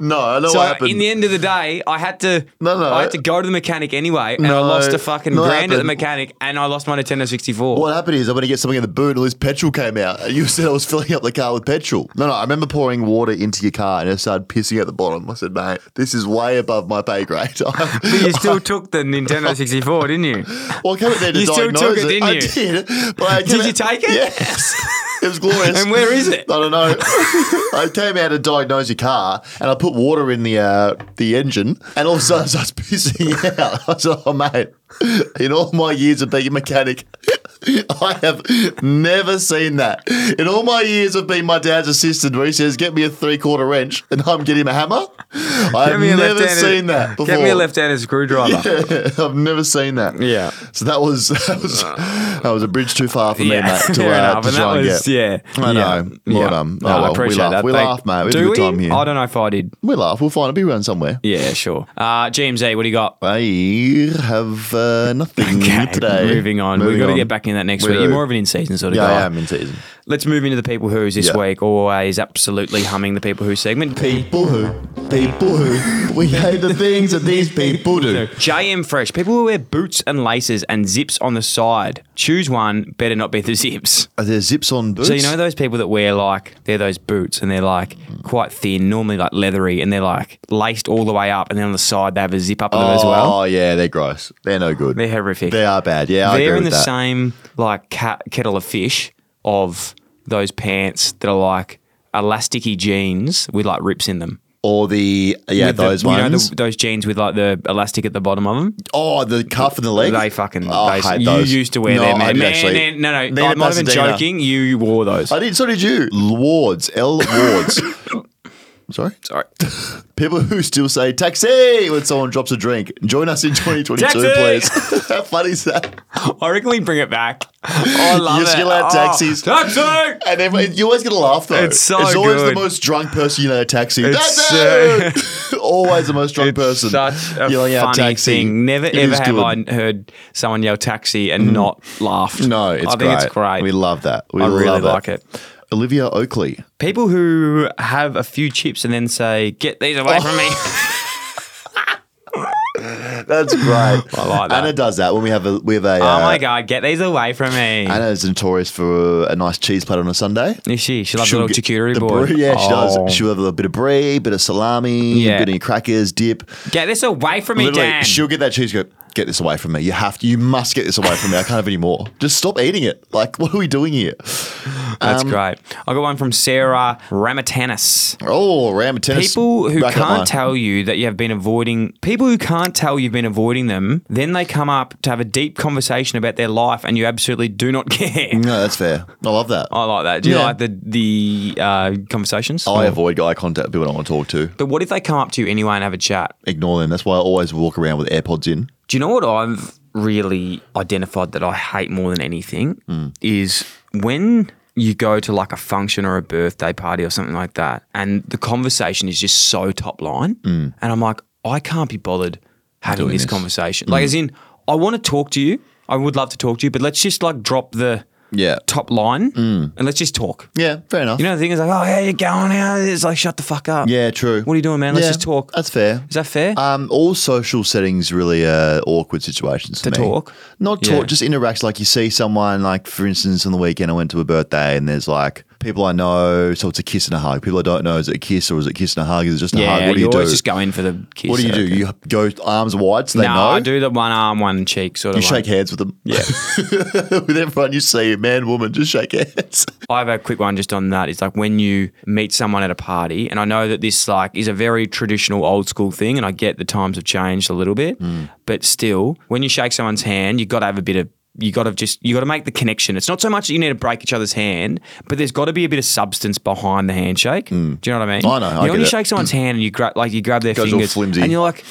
Speaker 2: No, I know
Speaker 1: So
Speaker 2: what happened.
Speaker 1: in the end of the day, I had to
Speaker 2: No, no.
Speaker 1: I had to go to the mechanic anyway, and I
Speaker 2: No,
Speaker 1: lost a fucking
Speaker 2: no,
Speaker 1: grand at the
Speaker 2: happened.
Speaker 1: mechanic, and I lost my Nintendo 64.
Speaker 2: What happened is I'm going to get something in the boot until this petrol came out. And You *laughs* said I was filling up the car with petrol. No, no, I remember pouring water into your car and it started pissing at the bottom. I said, mate, this is way above my pay grade. *laughs*
Speaker 1: But you still took the Nintendo 64, didn't you?
Speaker 2: well, I came up there to
Speaker 1: You still
Speaker 2: diagnose
Speaker 1: took it, didn't
Speaker 2: I
Speaker 1: you?
Speaker 2: did. But I came
Speaker 1: Did you
Speaker 2: out-
Speaker 1: take it? *laughs*
Speaker 2: Yes. *laughs* It was glorious.
Speaker 1: And where is it?
Speaker 2: I don't know. I came out to diagnose your car, and I put water in the uh, the engine, and all of a sudden it starts *laughs* pissing out. I said, "Oh mate, in all my years of being a mechanic, I have never seen that. In all my years of being my dad's assistant, where he says, "Get me a three quarter wrench," and I'm getting him a hammer. I've never seen that before.
Speaker 1: Get me a left-handed *laughs* screwdriver.
Speaker 2: *laughs* I've never seen that.
Speaker 1: Yeah. Uh.
Speaker 2: So that was *laughs* that was that was a bridge too far for me, mate.
Speaker 1: *laughs*
Speaker 2: To,
Speaker 1: fair
Speaker 2: uh,
Speaker 1: enough.
Speaker 2: to
Speaker 1: And
Speaker 2: try
Speaker 1: that
Speaker 2: and
Speaker 1: was,
Speaker 2: get.
Speaker 1: yeah. yeah.
Speaker 2: I know. Well done. Oh,
Speaker 1: I
Speaker 2: well, we
Speaker 1: appreciate
Speaker 2: laugh.
Speaker 1: that.
Speaker 2: We
Speaker 1: Thank-
Speaker 2: laugh, mate. We had a
Speaker 1: Do
Speaker 2: good time here.
Speaker 1: I don't know if I did.
Speaker 2: We laugh. We'll find it. Be around somewhere.
Speaker 1: Yeah, sure. Uh, GMZ, what do you got?
Speaker 2: I
Speaker 1: *laughs*
Speaker 2: have uh, nothing today.
Speaker 1: Moving on. We've got to get back in that next
Speaker 2: We
Speaker 1: week. You're
Speaker 2: do.
Speaker 1: more of an in-season sort of
Speaker 2: Yeah,
Speaker 1: guy.
Speaker 2: I am in season.
Speaker 1: Let's move into the people who's this
Speaker 2: Yeah.
Speaker 1: week. Always absolutely humming the people who segment. P-
Speaker 2: People who, people who, we hate the things that these
Speaker 1: *laughs*
Speaker 2: people do.
Speaker 1: JM Fresh, people who wear boots and laces and zips on the side. Choose one, better not be the zips.
Speaker 2: Are there zips on boots?
Speaker 1: So you know those people that wear like they're those boots and they're like quite thin, normally like leathery, and they're like laced all the way up, and then on the side they have a zip up on them as well.
Speaker 2: Oh yeah, they're gross. They're no good.
Speaker 1: They're horrific.
Speaker 2: They are bad. Yeah, I
Speaker 1: they're
Speaker 2: agree
Speaker 1: in the
Speaker 2: with that.
Speaker 1: same like cat, kettle of fish of those pants that are like elasticy jeans with like rips in them.
Speaker 2: Or the yeah
Speaker 1: With the-
Speaker 2: those
Speaker 1: You know
Speaker 2: ones.
Speaker 1: the, those jeans with like the elastic at the bottom of them.
Speaker 2: oh, the cuff and the leg.
Speaker 1: They fucking.
Speaker 2: Oh, I
Speaker 1: they-
Speaker 2: hate
Speaker 1: you
Speaker 2: those.
Speaker 1: used to wear
Speaker 2: no,
Speaker 1: them,
Speaker 2: I
Speaker 1: man.
Speaker 2: didn't
Speaker 1: Man,
Speaker 2: actually.
Speaker 1: man, no, no,
Speaker 2: Neither
Speaker 1: I'm not even
Speaker 2: Pasadena.
Speaker 1: joking. You, you wore those.
Speaker 2: I did. So did you. Wards. L
Speaker 1: *laughs*
Speaker 2: Wards. Sorry.
Speaker 1: Sorry. *laughs*
Speaker 2: People who still say taxi when someone drops a drink. Join us
Speaker 1: *laughs*
Speaker 2: in 2022,
Speaker 1: Taxi!
Speaker 2: please. *laughs* How funny is that?
Speaker 1: I reckon we bring it
Speaker 2: *laughs*
Speaker 1: back. I love
Speaker 2: You're
Speaker 1: it.
Speaker 2: still out
Speaker 1: Oh,
Speaker 2: taxis.
Speaker 1: Taxi!
Speaker 2: And everyone, you always get a laugh though.
Speaker 1: It's so
Speaker 2: It's always
Speaker 1: good.
Speaker 2: the most drunk person you know. Taxi.
Speaker 1: It's uh,
Speaker 2: taxi. *laughs* always the most drunk person.
Speaker 1: Such a
Speaker 2: yelling
Speaker 1: funny
Speaker 2: out taxi.
Speaker 1: thing. Never
Speaker 2: It
Speaker 1: ever
Speaker 2: is
Speaker 1: have
Speaker 2: good. Mm.
Speaker 1: I heard someone yell taxi and not laughed.
Speaker 2: No, it's
Speaker 1: I think
Speaker 2: great.
Speaker 1: it's great.
Speaker 2: We love that. We
Speaker 1: I really
Speaker 2: love
Speaker 1: like it.
Speaker 2: Olivia Oakley.
Speaker 1: People who have a few chips and then say, "Get these away from me."
Speaker 2: That's *laughs* great. I
Speaker 1: like that.
Speaker 2: Anna does that when we have a we have a.
Speaker 1: *laughs* oh
Speaker 2: uh,
Speaker 1: my god, get these away from me.
Speaker 2: Anna is notorious for a nice cheese plate on a Sunday.
Speaker 1: Is she? She loves a
Speaker 2: She'll
Speaker 1: little
Speaker 2: get
Speaker 1: charcuterie
Speaker 2: the
Speaker 1: board.
Speaker 2: brie- yeah, she
Speaker 1: Oh.
Speaker 2: does. She'll have a little bit of brie, bit of salami,
Speaker 1: Yeah.
Speaker 2: bit of crackers, dip.
Speaker 1: Get this away from me,
Speaker 2: Literally,
Speaker 1: Dan.
Speaker 2: she'll get that cheese. and Go get this away from me. You have to. You must get this away from me. I can't have any more. Just stop eating it. Like, what are we doing here?
Speaker 1: That's
Speaker 2: Um,
Speaker 1: great. I got one from Sarah Ramatanis.
Speaker 2: Oh, ramatanis.
Speaker 1: People who
Speaker 2: Back up mine.
Speaker 1: can't tell you that you have been avoiding people who can't tell you've been avoiding them, then they come up to have a deep conversation about their life, and you absolutely do not *laughs* care.
Speaker 2: No, that's fair. I love that.
Speaker 1: I like that. Do you
Speaker 2: Yeah. Oh,
Speaker 1: like the the uh, conversations?
Speaker 2: I avoid eye contact with people I don't want to talk to.
Speaker 1: But what if they come up to you anyway and have a chat?
Speaker 2: Ignore them. That's why I always walk around with AirPods in.
Speaker 1: Do you know what I've really identified that I hate more than anything
Speaker 2: Hmm.
Speaker 1: is when you go to like a function or a birthday party or something like that, and the conversation is just so top line, and I'm like, I can't be bothered having
Speaker 2: Hmm. Doing
Speaker 1: this,
Speaker 2: this. Hmm.
Speaker 1: conversation. Like, as in, I want to talk to you. I would love to talk to you, but let's just like drop the
Speaker 2: Yeah.
Speaker 1: top line
Speaker 2: Hmm.
Speaker 1: and let's just talk.
Speaker 2: Yeah, fair enough.
Speaker 1: You know, the thing is like, oh, how you going? How is-" It's like, shut the fuck up.
Speaker 2: yeah, true.
Speaker 1: What are you doing, man? Let's just talk.
Speaker 2: That's fair.
Speaker 1: Is that fair?
Speaker 2: Um, all social settings really uh, awkward situations for
Speaker 1: To
Speaker 2: me.
Speaker 1: talk?
Speaker 2: not talk,
Speaker 1: Yeah.
Speaker 2: just interact. Like you see someone, like for instance, on the weekend I went to a birthday and there's like people I know, so it's a kiss and a hug. People I don't know, is it a kiss or is it a kiss and a hug? Is it just a hug?
Speaker 1: yeah,
Speaker 2: What do you do?
Speaker 1: always just go in for the kiss.
Speaker 2: what do you do? You go arms wide so they
Speaker 1: no,
Speaker 2: know.
Speaker 1: I do the one arm, one cheek sort
Speaker 2: You
Speaker 1: of. one.
Speaker 2: shake hands with them. Yeah, *laughs* with everyone you see, man, woman, just shake hands.
Speaker 1: I have a quick one just on that. It's like when you meet someone at a party, and I know that this like is a very traditional, old school thing, and I get the times have changed a little bit,
Speaker 2: Mm.
Speaker 1: but still, when you shake someone's hand, you got to have a bit of. You got to just you got to make the connection. It's not so much that you need to break each other's hand, but there's got to be a bit of substance behind the handshake. Do you know what I mean?
Speaker 2: Mm. I know,
Speaker 1: You
Speaker 2: I
Speaker 1: know when
Speaker 2: get
Speaker 1: you
Speaker 2: it.
Speaker 1: shake someone's
Speaker 2: *clears throat*
Speaker 1: hand and you grab like you grab their
Speaker 2: Goes all
Speaker 1: fingers,
Speaker 2: flimsy.
Speaker 1: and you're like,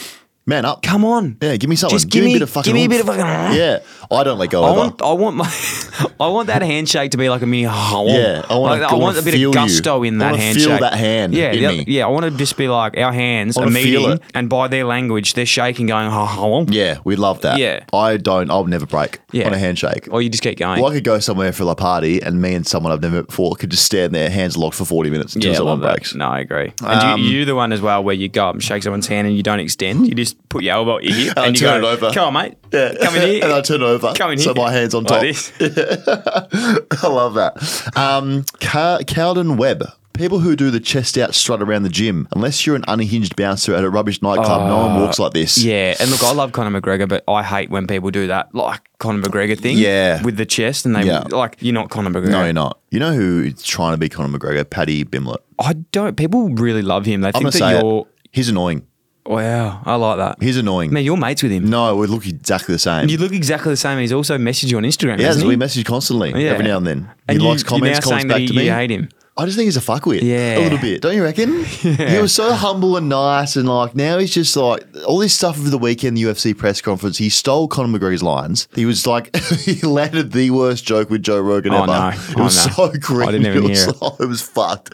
Speaker 2: Man up.
Speaker 1: "Come on,
Speaker 2: Yeah, give me something.
Speaker 1: Just give
Speaker 2: me,
Speaker 1: me-
Speaker 2: a bit of fucking.
Speaker 1: give me a bit
Speaker 2: oomph.
Speaker 1: of fucking-
Speaker 2: Yeah, I don't let go
Speaker 1: I
Speaker 2: of
Speaker 1: want, I want my, *laughs* I want that handshake to be like a mini. Oh,
Speaker 2: Yeah, I wanna-
Speaker 1: Like,
Speaker 2: I wanna
Speaker 1: a bit
Speaker 2: feel you.
Speaker 1: of gusto in
Speaker 2: I
Speaker 1: that
Speaker 2: wanna
Speaker 1: handshake.
Speaker 2: feel that hand
Speaker 1: Yeah,
Speaker 2: in
Speaker 1: yeah,
Speaker 2: me.
Speaker 1: yeah. I want to just be like our hands
Speaker 2: I
Speaker 1: are
Speaker 2: wanna feel
Speaker 1: meeting,
Speaker 2: it.
Speaker 1: and by their language, they're shaking, going, oh, yeah.
Speaker 2: Yeah, we love that.
Speaker 1: Yeah.
Speaker 2: I don't. I'll never break
Speaker 1: Yeah.
Speaker 2: on a handshake.
Speaker 1: or you just keep going.
Speaker 2: Well, I could go somewhere for a party, and me and someone I've never met before could just stand there, hands locked for forty minutes until
Speaker 1: yeah,
Speaker 2: someone
Speaker 1: love that.
Speaker 2: breaks. Um,
Speaker 1: No, I agree. And you, you're the one as well where you go up and shake someone's hand and you don't extend. You just put your elbow at your hip and,
Speaker 2: *laughs* I
Speaker 1: you
Speaker 2: turn
Speaker 1: go,
Speaker 2: it over.
Speaker 1: Come on, mate.
Speaker 2: Yeah.
Speaker 1: Come in here.
Speaker 2: *laughs* and I turn over.
Speaker 1: Come in
Speaker 2: so
Speaker 1: here.
Speaker 2: my hands on
Speaker 1: Like
Speaker 2: top.
Speaker 1: this.
Speaker 2: *laughs* I love that. Um, Ca- Cowden Webb. People who do the chest out strut around the gym, unless you're an unhinged bouncer at a rubbish nightclub, no one walks like this.
Speaker 1: Uh, Yeah, and look, I love Conor McGregor, but I hate when people do that, like Conor McGregor thing.
Speaker 2: Yeah.
Speaker 1: with the chest, and they
Speaker 2: Yeah.
Speaker 1: like you're not Conor McGregor.
Speaker 2: No, you're not. You know who is trying to be Conor McGregor? Paddy Bimlett.
Speaker 1: I don't. People really love him. They
Speaker 2: I'm gonna
Speaker 1: think
Speaker 2: say
Speaker 1: that
Speaker 2: it.
Speaker 1: you're.
Speaker 2: He's annoying.
Speaker 1: Wow, I like that.
Speaker 2: He's annoying.
Speaker 1: Man, you're mates with him.
Speaker 2: No, we look exactly the same.
Speaker 1: You look exactly the same. and He's also messaged you on Instagram.
Speaker 2: yeah,
Speaker 1: hasn't
Speaker 2: so we
Speaker 1: he?
Speaker 2: message constantly
Speaker 1: Yeah.
Speaker 2: every now and then.
Speaker 1: And
Speaker 2: he
Speaker 1: you-
Speaker 2: likes
Speaker 1: you're
Speaker 2: comments,
Speaker 1: now
Speaker 2: comments
Speaker 1: saying
Speaker 2: back
Speaker 1: that you-
Speaker 2: to me.
Speaker 1: you hate
Speaker 2: *laughs*
Speaker 1: him.
Speaker 2: I just think he's a fuckwit.
Speaker 1: Yeah.
Speaker 2: A little bit, don't
Speaker 1: *laughs*
Speaker 2: you reckon? He was so humble and nice and like now he's just like all this stuff over the weekend, the UFC press conference, he stole Conor McGregor's lines. He was like *laughs* he landed the worst joke with Joe Rogan
Speaker 1: Oh,
Speaker 2: ever.
Speaker 1: no.
Speaker 2: It
Speaker 1: Oh,
Speaker 2: was
Speaker 1: no.
Speaker 2: so
Speaker 1: I
Speaker 2: cringe.
Speaker 1: didn't even
Speaker 2: *laughs* it, was
Speaker 1: hear it.
Speaker 2: so- it was fucked.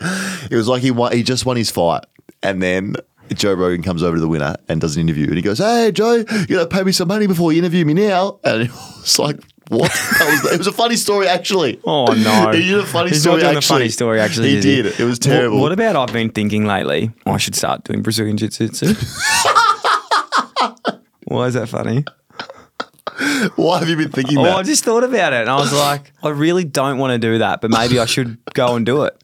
Speaker 2: It was like he won he just won his fight and then Joe Rogan comes over to the winner and does an interview and he goes, Hey Joe, you gotta pay me some money before you interview me now and *laughs* it was like what? That was, it was a funny story, actually.
Speaker 1: *laughs* Oh no!
Speaker 2: He did a funny
Speaker 1: He's Not
Speaker 2: story,
Speaker 1: doing
Speaker 2: actually.
Speaker 1: a funny story. Actually,
Speaker 2: He
Speaker 1: is
Speaker 2: did. It was
Speaker 1: Wh-
Speaker 2: terrible.
Speaker 1: What, about I've been thinking lately? I should start doing Brazilian Jiu
Speaker 2: *laughs*
Speaker 1: Jitsu. Why is that funny?
Speaker 2: Why have you been thinking
Speaker 1: Oh,
Speaker 2: that?
Speaker 1: I just thought about it, and I was like, I really don't want to do that, but maybe I should go and do it.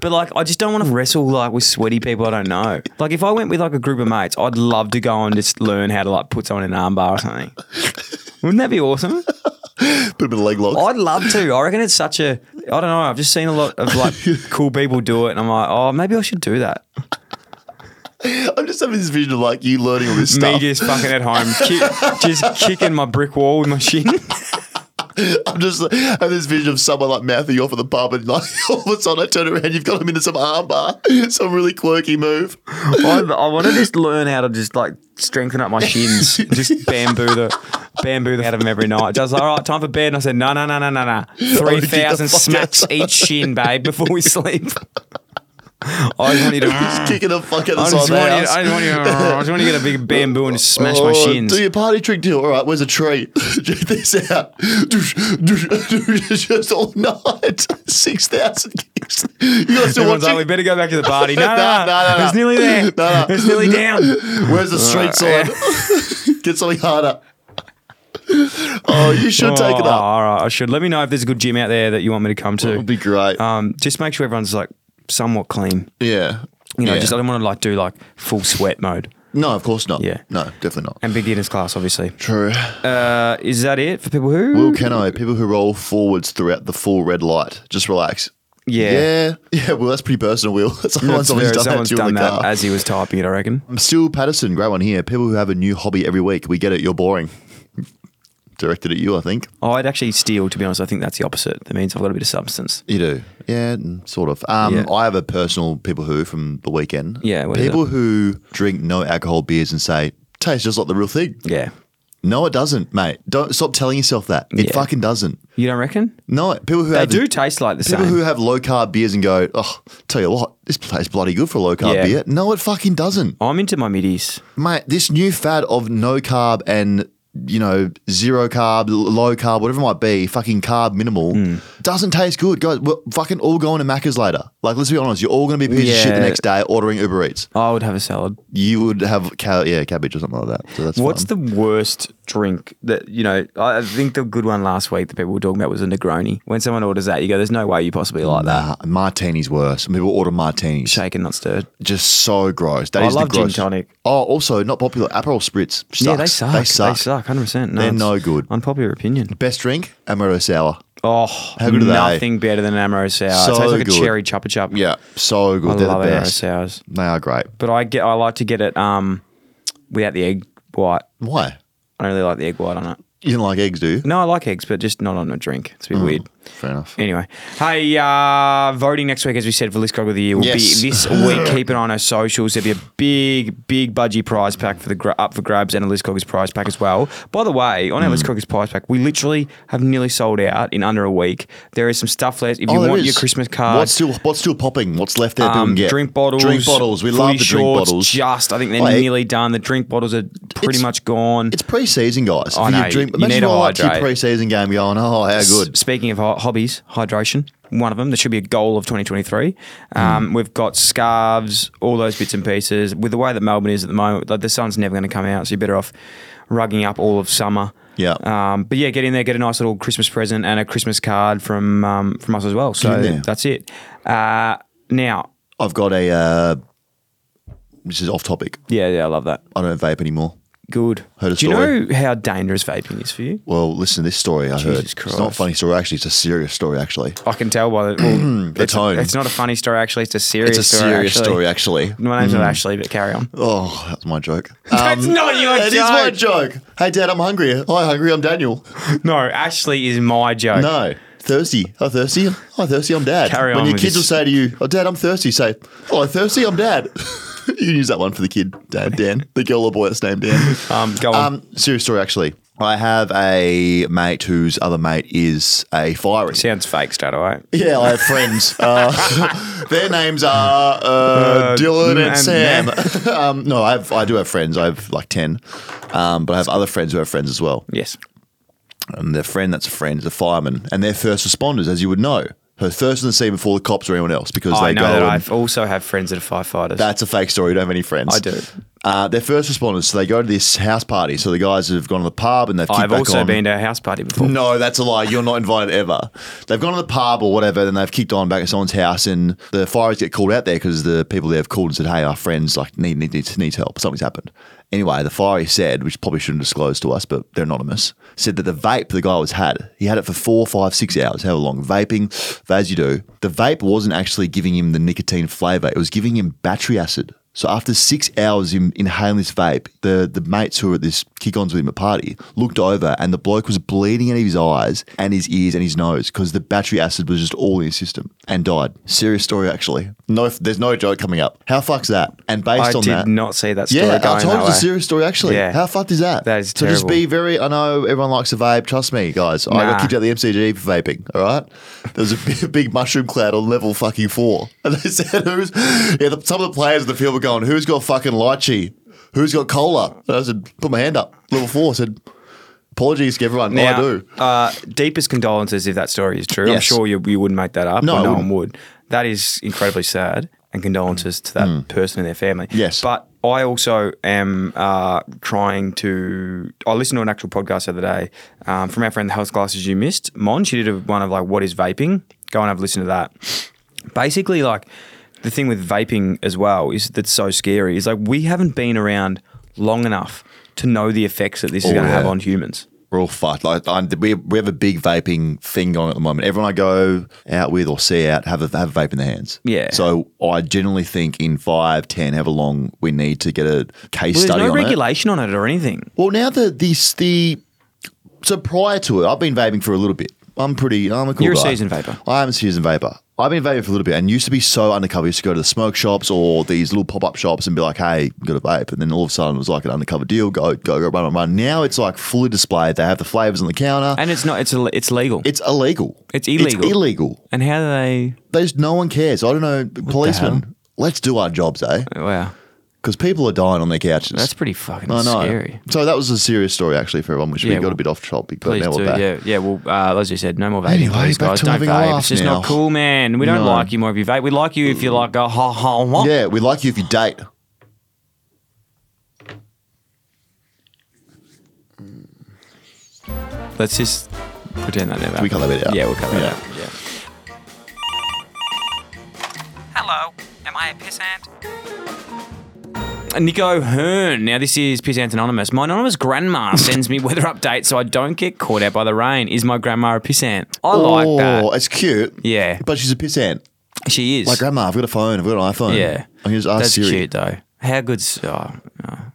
Speaker 1: But like, I just don't want to wrestle like with sweaty people I don't know. Like, if I went with like a group of mates, I'd love to go and just learn how to like put someone in an armbar or something. Wouldn't that be awesome?
Speaker 2: Put him in a leg lock.
Speaker 1: I'd love to. I reckon it's such a. I don't know. I've just seen a lot of like cool people do it, and I'm like, oh, maybe I should do that.
Speaker 2: I'm just having this vision of like you learning all this
Speaker 1: Me
Speaker 2: stuff.
Speaker 1: just fucking at home, kick, just kicking my brick wall with my shin.
Speaker 2: I'm just having this vision of someone like mouthing you off at the pub and like *laughs* all of a sudden I turn around, you've got him into some armbar, some really quirky move.
Speaker 1: I, I want to just learn how to just like strengthen up my
Speaker 2: *laughs*
Speaker 1: shins, just bamboo the bamboo the out of them every night. Just like, all right, time for bed. And I said, no, no, no, no, no, no.
Speaker 2: *laughs* I wanna
Speaker 1: Three
Speaker 2: get the
Speaker 1: thousand
Speaker 2: fuck
Speaker 1: smacks each shin, babe, before we sleep. *laughs* I just want you to. *gasps*
Speaker 2: Just kicking the fuck out
Speaker 1: I
Speaker 2: the
Speaker 1: just,
Speaker 2: side
Speaker 1: want you,
Speaker 2: of the house.
Speaker 1: I, just want you, I just want to get a big bamboo and just smash my
Speaker 2: Oh,
Speaker 1: shins.
Speaker 2: Do your party trick deal. All right, where's a tree? *laughs* Check this out. Doosh, doosh, *laughs* doosh, Just all night. *laughs* 6,000 kicks. You guys still
Speaker 1: Everyone's like, we
Speaker 2: watching?
Speaker 1: better go back to the
Speaker 2: *laughs*
Speaker 1: party. No, no,
Speaker 2: Nah,
Speaker 1: no,
Speaker 2: nah, nah,
Speaker 1: It's
Speaker 2: nah.
Speaker 1: nearly
Speaker 2: *laughs*
Speaker 1: there.
Speaker 2: Nah, nah.
Speaker 1: It's nearly down.
Speaker 2: Where's the street
Speaker 1: Uh,
Speaker 2: sign? *laughs* Get something harder. Oh, you *laughs* should take it
Speaker 1: Oh,
Speaker 2: up.
Speaker 1: All right, I should. Let me know if there's a good gym out there that you want me to come
Speaker 2: It
Speaker 1: to.
Speaker 2: would be great.
Speaker 1: Um, just make sure everyone's like somewhat clean.
Speaker 2: yeah.
Speaker 1: You know,
Speaker 2: Yeah.
Speaker 1: just I don't want to like do like full sweat mode.
Speaker 2: No, of course not.
Speaker 1: Yeah.
Speaker 2: No, definitely not.
Speaker 1: And beginners class, obviously.
Speaker 2: True.
Speaker 1: Uh, is that it for people who?
Speaker 2: Will Keno, people who roll forwards throughout the full red light. Just relax.
Speaker 1: Yeah.
Speaker 2: Yeah. Yeah, well, that's pretty personal, Will. *laughs* That's someone's,
Speaker 1: That's
Speaker 2: always
Speaker 1: very-
Speaker 2: done
Speaker 1: someone's
Speaker 2: that to you
Speaker 1: done
Speaker 2: in the
Speaker 1: that
Speaker 2: car. Um,
Speaker 1: as he was typing it. I reckon.
Speaker 2: Stu Patterson, great one here. People who have a new hobby every week. We get it, you're boring. Directed at you, I think.
Speaker 1: Oh, I'd actually steal. To be honest, I think that's the opposite. That means I've got a bit of substance.
Speaker 2: You do. Yeah, mm, sort of. Um,
Speaker 1: Yeah.
Speaker 2: I have a personal people who from the weekend.
Speaker 1: Yeah, what is
Speaker 2: People who drink no alcohol beers and say, tastes just like the real thing.
Speaker 1: Yeah.
Speaker 2: No, it doesn't, mate. Don't stop telling yourself that. It
Speaker 1: Yeah.
Speaker 2: fucking doesn't.
Speaker 1: You don't reckon?
Speaker 2: No, people who
Speaker 1: They
Speaker 2: have
Speaker 1: do taste like Uh, the
Speaker 2: People
Speaker 1: same.
Speaker 2: who have low carb beers and go, oh, tell you what, this tastes bloody good for a low carb
Speaker 1: Yeah.
Speaker 2: beer. No, it fucking doesn't.
Speaker 1: I'm into my middies.
Speaker 2: mate, this new fad of no carb and you know zero carb, l- low carb, whatever it might be, fucking carb minimal,
Speaker 1: Hmm.
Speaker 2: doesn't taste good, guys. We're fucking all going to Macca's later. Like, let's be honest, you're all going to be pieces of shit the
Speaker 1: Yeah.
Speaker 2: next day ordering Uber Eats.
Speaker 1: I would have a salad.
Speaker 2: You would have ca- yeah cabbage or something like that. So that's
Speaker 1: What's
Speaker 2: fine.
Speaker 1: the worst drink that you know? I I think the good one last week that people were talking about was a Negroni. When someone orders that, you go, "There's no way you possibly like that."
Speaker 2: Nah, martini's worse. People order martinis.
Speaker 1: Shaken, not stirred.
Speaker 2: Just so gross. That
Speaker 1: I
Speaker 2: is
Speaker 1: love
Speaker 2: the
Speaker 1: gin
Speaker 2: gross.
Speaker 1: tonic.
Speaker 2: Oh, also not popular. Aperol spritz. Sucks.
Speaker 1: Yeah, they suck.
Speaker 2: They suck.
Speaker 1: Hundred percent.
Speaker 2: They're no good.
Speaker 1: Unpopular opinion.
Speaker 2: Best drink, Amaretto sour.
Speaker 1: Oh,
Speaker 2: How good are they?
Speaker 1: nothing better than an Amaro sour.
Speaker 2: So
Speaker 1: it tastes like
Speaker 2: good.
Speaker 1: a cherry chupa chup.
Speaker 2: Yeah, so good.
Speaker 1: I
Speaker 2: They're
Speaker 1: love
Speaker 2: the
Speaker 1: Amaro
Speaker 2: best.
Speaker 1: sours.
Speaker 2: They are great.
Speaker 1: But I get, I like to get it um without the egg white.
Speaker 2: Why?
Speaker 1: I don't really like the egg white on it.
Speaker 2: You don't like eggs, do you?
Speaker 1: No, I like eggs, but just not on a drink. It's a bit
Speaker 2: Mm.
Speaker 1: weird.
Speaker 2: Fair enough.
Speaker 1: Anyway, hey, uh, voting next week, as we said, for List Grog of the Year will
Speaker 2: Yes.
Speaker 1: be this
Speaker 2: *laughs*
Speaker 1: week. Keep it on our socials. There'll be a big, big budgie prize pack for the gra- up for grabs and a List Groggers prize pack as well. By the way, on our
Speaker 2: Mm.
Speaker 1: List Groggers prize pack, we literally have nearly sold out in under a week. There is some stuff left. If you
Speaker 2: Oh, there
Speaker 1: want
Speaker 2: is.
Speaker 1: your Christmas cards,
Speaker 2: What's still what's still popping? What's left there? people
Speaker 1: um,
Speaker 2: can get
Speaker 1: drink bottles,
Speaker 2: Drink bottles. We
Speaker 1: footy
Speaker 2: love the drink
Speaker 1: shorts,
Speaker 2: bottles.
Speaker 1: Just, I think they're
Speaker 2: Like,
Speaker 1: nearly done. The drink bottles are pretty
Speaker 2: It's-
Speaker 1: much gone.
Speaker 2: it's pre-season, guys.
Speaker 1: I
Speaker 2: If
Speaker 1: know,
Speaker 2: You drink,
Speaker 1: you
Speaker 2: imagine
Speaker 1: need
Speaker 2: you
Speaker 1: to
Speaker 2: like your
Speaker 1: hydrate.
Speaker 2: pre-season game going. Oh, how
Speaker 1: S-
Speaker 2: good!
Speaker 1: Speaking of ho- hobbies, hydration, one of them that should be a goal of 2023. Um,
Speaker 2: Hmm.
Speaker 1: We've got scarves, all those bits and pieces. With the way that Melbourne is at the moment, like the sun's never going to come out, so you're better off rugging up all of summer.
Speaker 2: Yeah.
Speaker 1: Um, but yeah, get in there, get a nice little Christmas present and a Christmas card from um, from us as well. So
Speaker 2: in there.
Speaker 1: that's it. Uh, now,
Speaker 2: I've got a. Uh, this is off topic.
Speaker 1: yeah, yeah, I love that.
Speaker 2: I don't vape anymore.
Speaker 1: Good.
Speaker 2: Heard a
Speaker 1: Do you
Speaker 2: story.
Speaker 1: know how dangerous vaping is for you?
Speaker 2: Well, listen to this story I heard.
Speaker 1: Jesus
Speaker 2: It's not a
Speaker 1: Christ.
Speaker 2: funny story actually. It's a serious story actually.
Speaker 1: I can tell by the, well,
Speaker 2: The
Speaker 1: it's,
Speaker 2: *clears throat* tone.
Speaker 1: It's not a funny story, actually. It's a serious
Speaker 2: It's a
Speaker 1: story.
Speaker 2: serious
Speaker 1: actually.
Speaker 2: story actually.
Speaker 1: My name's not Ashley, but carry on. Um,
Speaker 2: Oh, that's my joke.
Speaker 1: Hmm. *laughs* That's not your
Speaker 2: That is my joke. Hey, Dad, I'm hungry. Hi, hungry. I'm Daniel.
Speaker 1: No, Ashley is my joke.
Speaker 2: No. Thirsty. Oh, thirsty. Oh, thirsty. I'm dad.
Speaker 1: Carry
Speaker 2: when
Speaker 1: on
Speaker 2: your
Speaker 1: with
Speaker 2: kids
Speaker 1: this.
Speaker 2: will say to you, "Oh, dad, I'm thirsty," say, "Oh, I'm thirsty. I'm dad." *laughs* you can use that one for the kid, dad, Dan, the girl or boy that's
Speaker 1: *laughs*
Speaker 2: named Dan.
Speaker 1: Um, go on.
Speaker 2: Um, serious story, actually. I have a mate whose other mate is a fiery.
Speaker 1: Sounds fake straight away.
Speaker 2: Yeah, I
Speaker 1: *laughs*
Speaker 2: have friends. Uh, *laughs* their names are uh, Dylan and,
Speaker 1: and
Speaker 2: Sam. *laughs* um, no, I have, I do have friends. I have like ten, um, but I have other friends who have friends as well
Speaker 1: Yes.
Speaker 2: and their friend that's a friend is a fireman, and they're first responders, as you would know. Her first in the sea before the cops or anyone else because
Speaker 1: I
Speaker 2: they
Speaker 1: know
Speaker 2: go.
Speaker 1: that
Speaker 2: and-
Speaker 1: I also have friends that are firefighters.
Speaker 2: that's a fake story. You don't have any friends.
Speaker 1: I do.
Speaker 2: Uh, they're first responders, so they go to this house party. So the guys have gone to the pub and they've kicked
Speaker 1: I've
Speaker 2: back
Speaker 1: also
Speaker 2: on.
Speaker 1: been to a house party before.
Speaker 2: No, that's a lie. You're not invited ever. They've gone to the pub or whatever, then they've kicked on back at someone's house, and the fires get called out there because the people there have called and said, "Hey, our friends like need need needs, needs help. Something's happened." Anyway, the fiery said, which probably shouldn't disclose to us, but they're anonymous, said that the vape the guy was had, he had it for four, five, six hours, however long, vaping, as you do. The vape wasn't actually giving him the nicotine flavour; it was giving him battery acid. So after six hours in inhaling this vape, the, the mates who were at this kick-ons with him at party looked over and the bloke was bleeding out of his eyes and his ears and his nose because the battery acid was just all in his system and died. Serious story, actually. No, there's no joke coming up. How fuck's that? And based
Speaker 1: I
Speaker 2: on
Speaker 1: did
Speaker 2: that,
Speaker 1: not see that story
Speaker 2: yeah,
Speaker 1: going
Speaker 2: I told
Speaker 1: that
Speaker 2: you
Speaker 1: way.
Speaker 2: the serious story actually.
Speaker 1: Yeah.
Speaker 2: How fucked is that?
Speaker 1: That is
Speaker 2: so. Just
Speaker 1: terrible.
Speaker 2: be very. I know everyone likes a vape. Trust me, guys. I
Speaker 1: Nah.
Speaker 2: got kicked out of the MCG for vaping. All right, there was a big, big mushroom cloud on level fucking four, *laughs* and they said who's yeah. The, some of the players in the field were going, "Who's got fucking lychee? Who's got cola?" And I said, "Put my hand up." Level four I said, "Apologies to everyone.
Speaker 1: Now,
Speaker 2: I do."
Speaker 1: Uh, deepest condolences if that story is true. I'm
Speaker 2: Yes.
Speaker 1: sure you, you wouldn't make that up.
Speaker 2: No,
Speaker 1: or
Speaker 2: I
Speaker 1: no one
Speaker 2: wouldn't.
Speaker 1: would. That is incredibly sad, and condolences to that person and their family.
Speaker 2: Mm. Yes.
Speaker 1: but I also am uh, trying to. I listened to an actual podcast the other day um, from our friend the Health Classes You Missed. Mon, she did a, one of like what is vaping. Go and have a listen to that. Basically, like the thing with vaping as well is that's so scary. Is like we haven't been around long enough to know the effects that this is
Speaker 2: Oh,
Speaker 1: going to have
Speaker 2: yeah.
Speaker 1: on humans.
Speaker 2: We're all fucked. Like I'm, we, we have a big vaping thing going at the moment. Everyone I go out with or see out have a have a vape in their hands.
Speaker 1: Yeah.
Speaker 2: So I generally think in five, ten, however long we need to get a case
Speaker 1: Well, there's
Speaker 2: study
Speaker 1: no
Speaker 2: on it.
Speaker 1: regulation on it or anything.
Speaker 2: Well, now the this the so prior to it, I've been vaping for a little bit. I'm pretty. I'm a cool
Speaker 1: You're a
Speaker 2: guy.
Speaker 1: seasoned vapor.
Speaker 2: I am a seasoned vapor. I've been vaping for a little bit, and used to be so undercover. I used to go to the smoke shops or these little pop up shops and be like, "Hey, got a vape," and then all of a sudden it was like an undercover deal. Go, go, go, run, run, run. Now it's like fully displayed. They have the flavors on the counter.
Speaker 1: And it's not. It's ill- it's legal.
Speaker 2: It's illegal.
Speaker 1: It's illegal.
Speaker 2: It's illegal.
Speaker 1: and how do they?
Speaker 2: There's no one cares. I don't know. Policemen, let's do our jobs, eh?
Speaker 1: Wow,
Speaker 2: Because people are dying on their couches.
Speaker 1: that's pretty fucking
Speaker 2: I know.
Speaker 1: scary.
Speaker 2: So that was a serious story, actually, for everyone, which
Speaker 1: Yeah,
Speaker 2: we got
Speaker 1: well,
Speaker 2: a bit off topic, but
Speaker 1: Please
Speaker 2: now
Speaker 1: do.
Speaker 2: we're back.
Speaker 1: Yeah, yeah. Well, uh, as you said, no more vaping,
Speaker 2: Anyway,
Speaker 1: please,
Speaker 2: back
Speaker 1: guys.
Speaker 2: to
Speaker 1: Don't
Speaker 2: having a
Speaker 1: vape.
Speaker 2: laugh
Speaker 1: It's just not
Speaker 2: now.
Speaker 1: cool, man. We don't
Speaker 2: No.
Speaker 1: like you more if you vape. We like you if you like go ha ha ha.
Speaker 2: Yeah, we like you if you date.
Speaker 1: Let's just pretend that never.
Speaker 2: We cut that bit out.
Speaker 1: Yeah, we'll cut that
Speaker 2: Yeah.
Speaker 1: out. Yeah. Hello, am I a pissant? Nico Hearn. Now, this is Pissant Anonymous. My anonymous
Speaker 2: *laughs*
Speaker 1: grandma sends me weather updates so I don't get caught out by the rain. Is my grandma a pissant? I like that.
Speaker 2: It's cute.
Speaker 1: Yeah.
Speaker 2: But she's a pissant.
Speaker 1: She is.
Speaker 2: Like, grandma, I've got a phone. I've got an iPhone.
Speaker 1: yeah.
Speaker 2: I can just ask
Speaker 1: That's
Speaker 2: Siri.
Speaker 1: cute, though. How good's. Oh,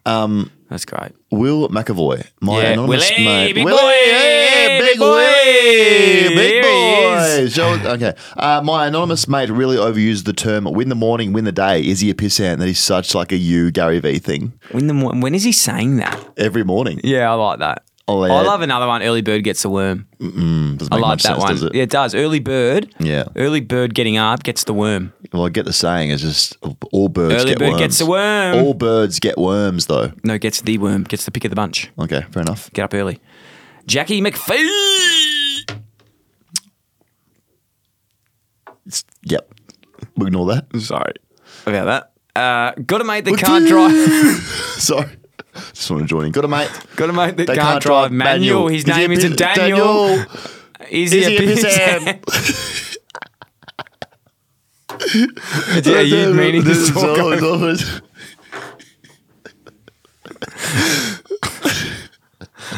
Speaker 1: Um, That's great.
Speaker 2: Will McAvoy, my
Speaker 1: Yeah,
Speaker 2: anonymous
Speaker 1: Willie,
Speaker 2: mate.
Speaker 1: big
Speaker 2: Willie,
Speaker 1: boy,
Speaker 2: yeah,
Speaker 1: big
Speaker 2: big
Speaker 1: boy.
Speaker 2: Willie, big
Speaker 1: There he
Speaker 2: boy. Show, okay, uh, my anonymous mate really overused the term "win the morning, win the day." Is he a pissant? That is such like a you Gary V thing
Speaker 1: When, the, mo- when is he saying that?
Speaker 2: every morning.
Speaker 1: Yeah, I like that.
Speaker 2: Oh, yeah.
Speaker 1: I love another one. Early bird gets the worm.
Speaker 2: Doesn't
Speaker 1: I
Speaker 2: make
Speaker 1: like
Speaker 2: much
Speaker 1: that
Speaker 2: sense,
Speaker 1: one.
Speaker 2: Does it?
Speaker 1: Yeah, it does. Early bird.
Speaker 2: Yeah.
Speaker 1: Early bird getting up gets the worm.
Speaker 2: Well, I get the saying. It's just all birds
Speaker 1: Early
Speaker 2: get
Speaker 1: bird
Speaker 2: worms.
Speaker 1: gets the worm.
Speaker 2: All birds get worms, though.
Speaker 1: No, gets the worm. Gets the pick of the bunch.
Speaker 2: Okay, fair enough.
Speaker 1: Get up early. Jackie McPhee.
Speaker 2: It's, yep, we ignore that. *laughs*
Speaker 1: Sorry about that. Uh, gotta make the can't drive. *laughs*
Speaker 2: Sorry, just want to join in. Got a mate.
Speaker 1: Gotta make the
Speaker 2: They
Speaker 1: can't, drive manual. His
Speaker 2: he
Speaker 1: name
Speaker 2: a
Speaker 1: is
Speaker 2: piss-
Speaker 1: not Daniel. Is he
Speaker 2: Is
Speaker 1: a
Speaker 2: he a
Speaker 1: pissant? *laughs* Yeah,
Speaker 2: *laughs*
Speaker 1: you meaning to
Speaker 2: This is
Speaker 1: talk
Speaker 2: all-
Speaker 1: over. *laughs*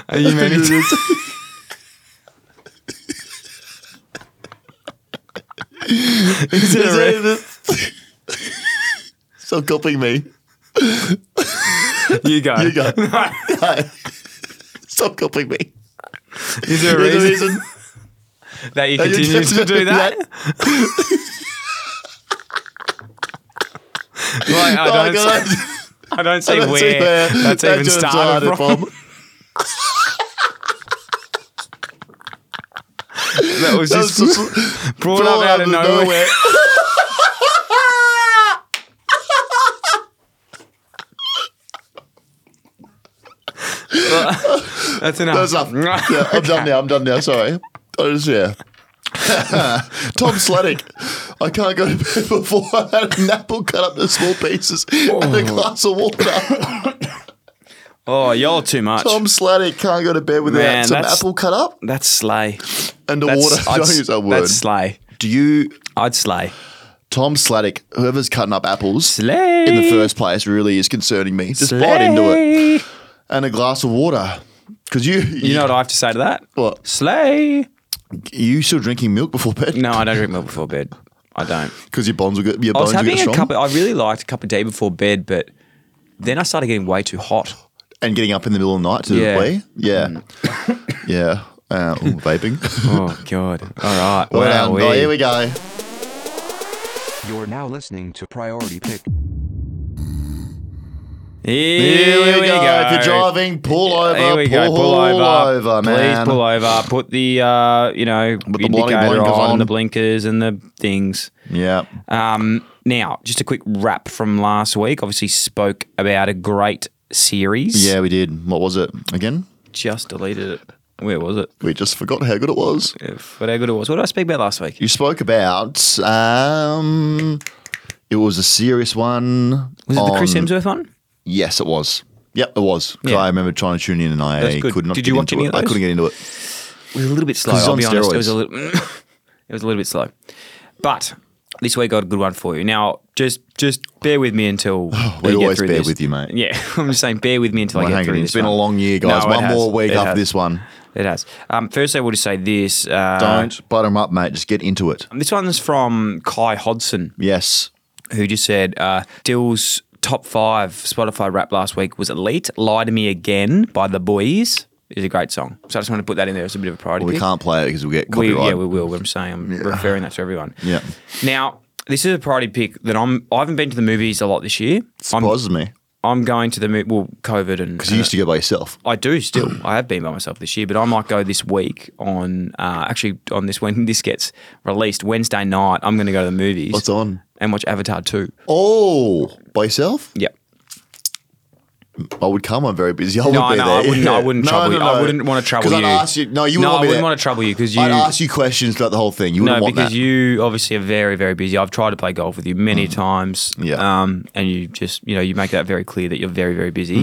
Speaker 1: Are you meaning to? *laughs* Is it a red?
Speaker 2: Stop
Speaker 1: *laughs*
Speaker 2: copying me.
Speaker 1: You go.
Speaker 2: You go. Stop copying me.
Speaker 1: Is there a
Speaker 2: There's a
Speaker 1: reason
Speaker 2: reason.
Speaker 1: that you
Speaker 2: Are you
Speaker 1: continue to
Speaker 2: just-
Speaker 1: do
Speaker 2: *laughs*
Speaker 1: that? Like, I,
Speaker 2: Oh,
Speaker 1: don't
Speaker 2: God.
Speaker 1: see, I don't see
Speaker 2: *laughs* I don't
Speaker 1: where
Speaker 2: see where
Speaker 1: that's
Speaker 2: that
Speaker 1: even
Speaker 2: just
Speaker 1: started from. *laughs* That was
Speaker 2: That's
Speaker 1: just
Speaker 2: just
Speaker 1: brought up out of nowhere. That's enough. *laughs*
Speaker 2: That's enough. Yeah, I'm done now. I'm done now. Sorry. I just, yeah. *laughs* Tom Sladek, I can't go to bed *laughs* before I had an apple cut up into small pieces and a glass of water.
Speaker 1: Oh, y'all too much.
Speaker 2: Tom Sladek can't go to bed without
Speaker 1: Man,
Speaker 2: some
Speaker 1: that's-
Speaker 2: apple cut up
Speaker 1: That's slay.
Speaker 2: and a
Speaker 1: That's,
Speaker 2: water. *laughs*
Speaker 1: I'd,
Speaker 2: Don't use that word.
Speaker 1: That's slay.
Speaker 2: Do you,
Speaker 1: I'd slay.
Speaker 2: Tom Sladek, whoever's cutting up apples
Speaker 1: Slay.
Speaker 2: in the first place really is concerning me. Just bite into it
Speaker 1: Slay.
Speaker 2: and a glass of water. Because you,
Speaker 1: You know what I have to say to that?
Speaker 2: What?
Speaker 1: Slay.
Speaker 2: you still drinking milk before bed?
Speaker 1: No, I don't drink milk before bed. I don't.
Speaker 2: Because your bonds will get, your
Speaker 1: I was
Speaker 2: bones will get
Speaker 1: having a
Speaker 2: strong.
Speaker 1: cup. Of, I really liked a cup of tea before bed, but then I started getting way too hot.
Speaker 2: and getting up in the middle of the night to
Speaker 1: Yeah. Mm.
Speaker 2: play. Yeah. *coughs* yeah. Uh, ooh,
Speaker 1: *laughs*
Speaker 2: vaping.
Speaker 1: Oh God! All right.
Speaker 2: Well,
Speaker 1: Wow.
Speaker 2: um, oh, here we go.
Speaker 5: You're now listening to Priority Pick.
Speaker 1: Here,
Speaker 2: Here we, go. If you're
Speaker 1: driving.
Speaker 2: driving, pull over.
Speaker 1: Here we go.
Speaker 2: Pull,
Speaker 1: Pull over.
Speaker 2: man.
Speaker 1: Please pull over. Put the uh, you know
Speaker 2: the bloody
Speaker 1: indicator
Speaker 2: blinkers
Speaker 1: on,
Speaker 2: on.
Speaker 1: the blinkers and the things.
Speaker 2: Yeah.
Speaker 1: Um, now, just a quick wrap from last week. Obviously, spoke about a great series.
Speaker 2: Yeah, we did. What was it again?
Speaker 1: just deleted it. Where was it?
Speaker 2: We just forgot how good it was.
Speaker 1: If- What how good it was. What did I speak about last week?
Speaker 2: You spoke about. Um, it was a serious one.
Speaker 1: Was it the Chris
Speaker 2: on-
Speaker 1: Hemsworth one?
Speaker 2: Yes, it was. Yep, it was. 'Cause
Speaker 1: Yeah.
Speaker 2: I remember trying to tune in and
Speaker 1: That's
Speaker 2: I
Speaker 1: good.
Speaker 2: could not.
Speaker 1: Did
Speaker 2: get
Speaker 1: you watch
Speaker 2: into
Speaker 1: any
Speaker 2: it.
Speaker 1: of
Speaker 2: I
Speaker 1: those?
Speaker 2: couldn't get into it.
Speaker 1: It was a little bit slow.
Speaker 2: it's
Speaker 1: I'll
Speaker 2: on
Speaker 1: be honest. It was
Speaker 2: steroids.
Speaker 1: a little. *laughs* it was a little bit slow. But this week I got a good one for you. Now, just just bear with me until
Speaker 2: We
Speaker 1: I get
Speaker 2: Oh, always
Speaker 1: through
Speaker 2: bear
Speaker 1: this.
Speaker 2: with you, mate.
Speaker 1: Yeah, *laughs* I'm just saying, bear with me until I
Speaker 2: Well,
Speaker 1: get
Speaker 2: hang
Speaker 1: through
Speaker 2: on.
Speaker 1: this.
Speaker 2: It's been a
Speaker 1: one.
Speaker 2: long year, guys.
Speaker 1: No, it
Speaker 2: one
Speaker 1: has.
Speaker 2: more week
Speaker 1: It
Speaker 2: after
Speaker 1: has.
Speaker 2: this one.
Speaker 1: It has. Um, first, I will just say this. Uh,
Speaker 2: Don't butter them up, mate. Just get into it.
Speaker 1: This one's from Kai Hodson,
Speaker 2: Yes.
Speaker 1: who just said uh, Dill's top five Spotify rap last week was "Elite," "Lie to Me Again" by The Boys. Is a great song. So I just wanted to put that in there as a bit of a priority.
Speaker 2: Well, we
Speaker 1: pick.
Speaker 2: can't play it because we'll get
Speaker 1: We,
Speaker 2: copyright.
Speaker 1: yeah, we will. I'm saying I'm referring that to everyone.
Speaker 2: Yeah.
Speaker 1: Now this is a priority pick that I'm. I haven't been to the movies a lot this year. I'm,
Speaker 2: Surprises me.
Speaker 1: I'm going to the mo- well, COVID and
Speaker 2: Because you used to go by yourself.
Speaker 1: I do
Speaker 2: *clears throat*
Speaker 1: still. I have been by myself this year, but I might go this week on uh, actually on this when *laughs* this gets released Wednesday night. I'm going to go to the movies.
Speaker 2: What's on?
Speaker 1: And watch Avatar two.
Speaker 2: Oh, by yourself?
Speaker 1: Yep.
Speaker 2: I would come. I'm very busy. I would
Speaker 1: No,
Speaker 2: be
Speaker 1: I know.
Speaker 2: there.
Speaker 1: I wouldn't.
Speaker 2: *laughs*
Speaker 1: I wouldn't
Speaker 2: No,
Speaker 1: trouble
Speaker 2: no,
Speaker 1: you.
Speaker 2: no.
Speaker 1: I wouldn't want to trouble
Speaker 2: 'Cause
Speaker 1: you.
Speaker 2: I'd ask you. No, you
Speaker 1: No, I
Speaker 2: wouldn't want me
Speaker 1: wouldn't
Speaker 2: there.
Speaker 1: want to trouble you because you.
Speaker 2: I'd ask you questions throughout the whole thing. You wouldn't
Speaker 1: no,
Speaker 2: want
Speaker 1: because
Speaker 2: that.
Speaker 1: you obviously are very, very busy. I've tried to play golf with you many times.
Speaker 2: Mm. Yeah.
Speaker 1: Um, and you just, you know, you make that very clear that you're very, very busy.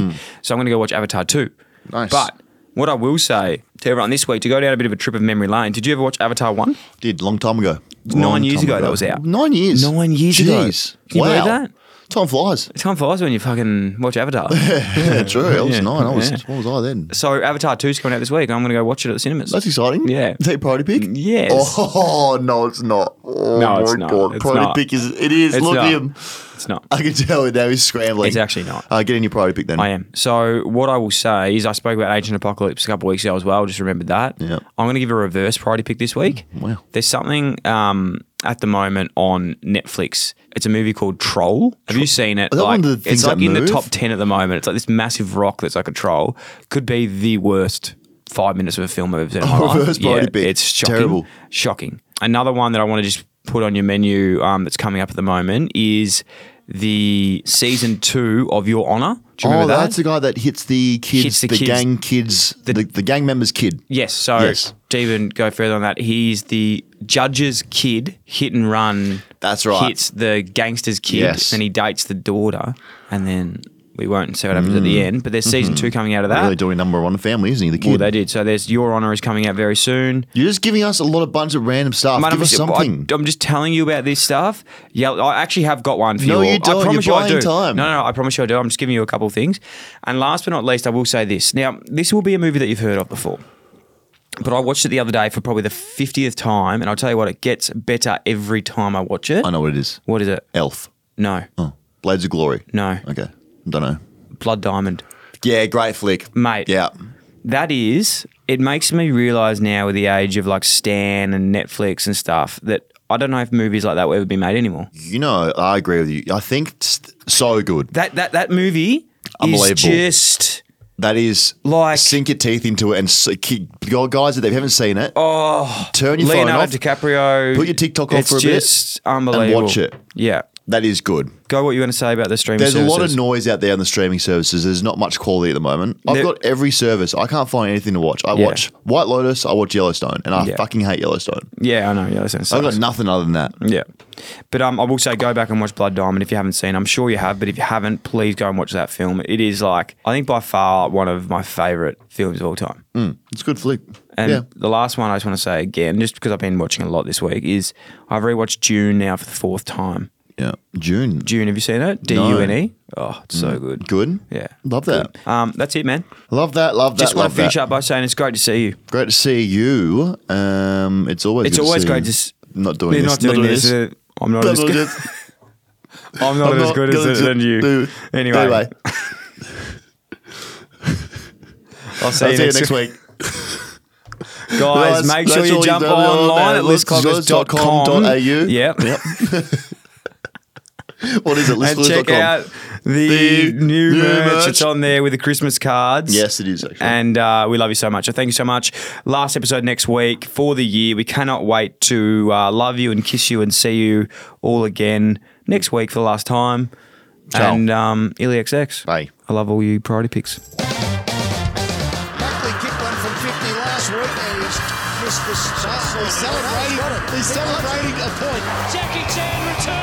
Speaker 1: So I'm going to go watch Avatar 2.
Speaker 2: Mm. Nice.
Speaker 1: But what I will say to everyone this week, to go down a bit of a trip of memory lane, did you ever watch Avatar 1?
Speaker 2: did long time ago.
Speaker 1: nine
Speaker 2: Long
Speaker 1: years
Speaker 2: time
Speaker 1: ago that was out.
Speaker 2: Nine years.
Speaker 1: Nine years ago.
Speaker 2: Jeez.
Speaker 1: Can you
Speaker 2: wow.
Speaker 1: believe that?
Speaker 2: Time
Speaker 1: *laughs*
Speaker 2: flies.
Speaker 1: Time flies when you fucking watch
Speaker 2: *laughs*
Speaker 1: Avatar.
Speaker 2: Yeah, true. I was
Speaker 1: Yeah.
Speaker 2: nine. I was.
Speaker 1: Yeah.
Speaker 2: What was I then?
Speaker 1: so Avatar 2 is coming out this week. I'm going to go watch it at the cinemas.
Speaker 2: That's exciting.
Speaker 1: Yeah. Mm,
Speaker 2: Is that party pick?
Speaker 1: Yes.
Speaker 2: Oh *laughs* no, it's not. Oh
Speaker 1: No,
Speaker 2: my
Speaker 1: it's not.
Speaker 2: god.
Speaker 1: It's
Speaker 2: party
Speaker 1: not.
Speaker 2: pick is. It is.
Speaker 1: It's
Speaker 2: Look
Speaker 1: not.
Speaker 2: at him.
Speaker 1: it's not.
Speaker 2: I can tell it now. He's scrambling.
Speaker 1: It's actually not.
Speaker 2: Uh, get in your party pick then.
Speaker 1: I am. So what I will say is I spoke about Agent Apocalypse a couple weeks ago as well. Just remembered that.
Speaker 2: Yep. Oh,
Speaker 1: I'm going to give a reverse priority pick this week.
Speaker 2: Wow.
Speaker 1: There's something um, at the moment on Netflix. It's a movie called Troll. Have you seen it?
Speaker 2: Is that one of the things
Speaker 1: it's like
Speaker 2: that
Speaker 1: in
Speaker 2: move?
Speaker 1: the top ten at the moment. It's like this massive rock that's like a troll. Could be the worst five minutes of a film I've ever seen.
Speaker 2: *laughs*
Speaker 1: in my life.
Speaker 2: reverse priority
Speaker 1: Yeah,
Speaker 2: pick.
Speaker 1: It's shocking.
Speaker 2: Terrible.
Speaker 1: Shocking. Another one that I want to just put on your menu um, that's coming up at the moment is the season two of Your Honor. Do you
Speaker 2: oh,
Speaker 1: remember that?
Speaker 2: that's the guy that hits the kids,
Speaker 1: Hits
Speaker 2: the,
Speaker 1: the kids.
Speaker 2: gang kids, the, the, gang members' kid.
Speaker 1: Yes. So
Speaker 2: Yes.
Speaker 1: to even go further on that, he's the judge's kid, hit and run.
Speaker 2: That's right.
Speaker 1: Hits the gangster's kid,
Speaker 2: Yes.
Speaker 1: and he dates the daughter, and then we won't say what happens at the end. But there's season two coming out of that.
Speaker 2: Mm. Mm-hmm. Really doing number one in the family, isn't he? The kid.
Speaker 1: Well, they did. So there's Your Honor is coming out very soon.
Speaker 2: You're just giving us a lot of bunch of random stuff.
Speaker 1: Mate,
Speaker 2: Give
Speaker 1: I'm,
Speaker 2: us
Speaker 1: just,
Speaker 2: something.
Speaker 1: I, am just telling you about this stuff. Yeah, I actually have got one for
Speaker 2: No,
Speaker 1: you. all.
Speaker 2: you don't.
Speaker 1: I promise
Speaker 2: You're
Speaker 1: you I do.
Speaker 2: buying time.
Speaker 1: No, no, no, I promise you I do. I'm just giving you a couple of things. And last but not least, I will say this. Now, this will be a movie that you've heard of before. But I watched it the other day for probably the 50th time. And I'll tell you what, it gets better every time I watch it.
Speaker 2: I know what it is.
Speaker 1: What is it?
Speaker 2: Elf.
Speaker 1: No.
Speaker 2: Oh, Blades of Glory.
Speaker 1: No.
Speaker 2: Okay. Don't know.
Speaker 1: Blood Diamond.
Speaker 2: Yeah, great flick,
Speaker 1: Mate.
Speaker 2: Yeah.
Speaker 1: that is, it makes me realize now with the age of like Stan and Netflix and stuff that I don't know if movies like that will ever be made anymore.
Speaker 2: You know, I agree with you. I think it's so good.
Speaker 1: That that that movie is
Speaker 2: Unbelievable.
Speaker 1: just
Speaker 2: That is
Speaker 1: Like-
Speaker 2: sink your teeth into it and s- ki- guys, if they haven't seen it, oh, turn your phone
Speaker 1: Leonardo
Speaker 2: off.
Speaker 1: DiCaprio.
Speaker 2: Put your TikTok off
Speaker 1: it's
Speaker 2: for a bit
Speaker 1: just unbelievable.
Speaker 2: watch it.
Speaker 1: Yeah.
Speaker 2: that is good.
Speaker 1: Go what you want to say about the streaming
Speaker 2: There's a lot of
Speaker 1: services.
Speaker 2: noise out there on the streaming services. There's not much quality at the moment. I've
Speaker 1: There-
Speaker 2: got every service. I can't find anything to watch. I
Speaker 1: Yeah.
Speaker 2: watch White Lotus. I watch Yellowstone, and I
Speaker 1: Yeah.
Speaker 2: fucking hate Yellowstone.
Speaker 1: Yeah, I know. Yeah, that sounds
Speaker 2: I've got
Speaker 1: sus.
Speaker 2: nothing other than that.
Speaker 1: Yeah. But um, I will say go back and watch Blood Diamond if you haven't seen. I'm sure you have, but if you haven't, please go and watch that film. It is like, I think by far one of my favorite films of all time.
Speaker 2: It's a good flick.
Speaker 1: And
Speaker 2: Mm, yeah,
Speaker 1: the last one I just want to say again, just because I've been watching a lot this week, is I've rewatched June now for the fourth time.
Speaker 2: yeah. June.
Speaker 1: June, have you seen it? D U N E? Oh, it's
Speaker 2: Mm.
Speaker 1: so good.
Speaker 2: Good.
Speaker 1: Yeah.
Speaker 2: Love that.
Speaker 1: Um, that's it, man.
Speaker 2: Love that. Love that.
Speaker 1: Just want
Speaker 2: love
Speaker 1: to finish
Speaker 2: that.
Speaker 1: up by saying it's great to see you.
Speaker 2: Great to see you. Um, it's always.
Speaker 1: It's
Speaker 2: good
Speaker 1: always
Speaker 2: see
Speaker 1: great
Speaker 2: you.
Speaker 1: to. s-
Speaker 2: Not doing
Speaker 1: We're *laughs*
Speaker 2: this.
Speaker 1: not doing this. Uh, I'm not as good. *laughs* I'm not
Speaker 2: I'm
Speaker 1: as
Speaker 2: not
Speaker 1: good
Speaker 2: gonna
Speaker 1: as than
Speaker 2: do-
Speaker 1: you.
Speaker 2: do-
Speaker 1: Anyway,
Speaker 2: Anyway,
Speaker 1: I'll see
Speaker 2: I'll
Speaker 1: you next week,
Speaker 2: week.
Speaker 1: guys.
Speaker 2: Guys,
Speaker 1: Make sure you
Speaker 2: that's all
Speaker 1: jump
Speaker 2: you do.
Speaker 1: online at
Speaker 2: *laughs* Listcloggers.com.au.
Speaker 1: listcloggers.com. Yep.
Speaker 2: Yep. What is it?
Speaker 1: and check
Speaker 2: Listfluence.com.
Speaker 1: out the,
Speaker 2: The
Speaker 1: new,
Speaker 2: new
Speaker 1: merch.
Speaker 2: merch.
Speaker 1: It's on there with the Christmas cards.
Speaker 2: Yes, it is, actually.
Speaker 1: And uh, we love you so much. So thank you so much. Last episode next week for the year. We cannot wait to uh, love you and kiss you and see you all again next week for the last time.
Speaker 2: Ciao.
Speaker 1: And um, IllyXX.
Speaker 2: Bye.
Speaker 1: I love all you priority picks.
Speaker 3: Buckley kicked one from 50 last week and he's missed the shot. He's celebrating, he's celebrating a point.
Speaker 6: Jackie Chan returns.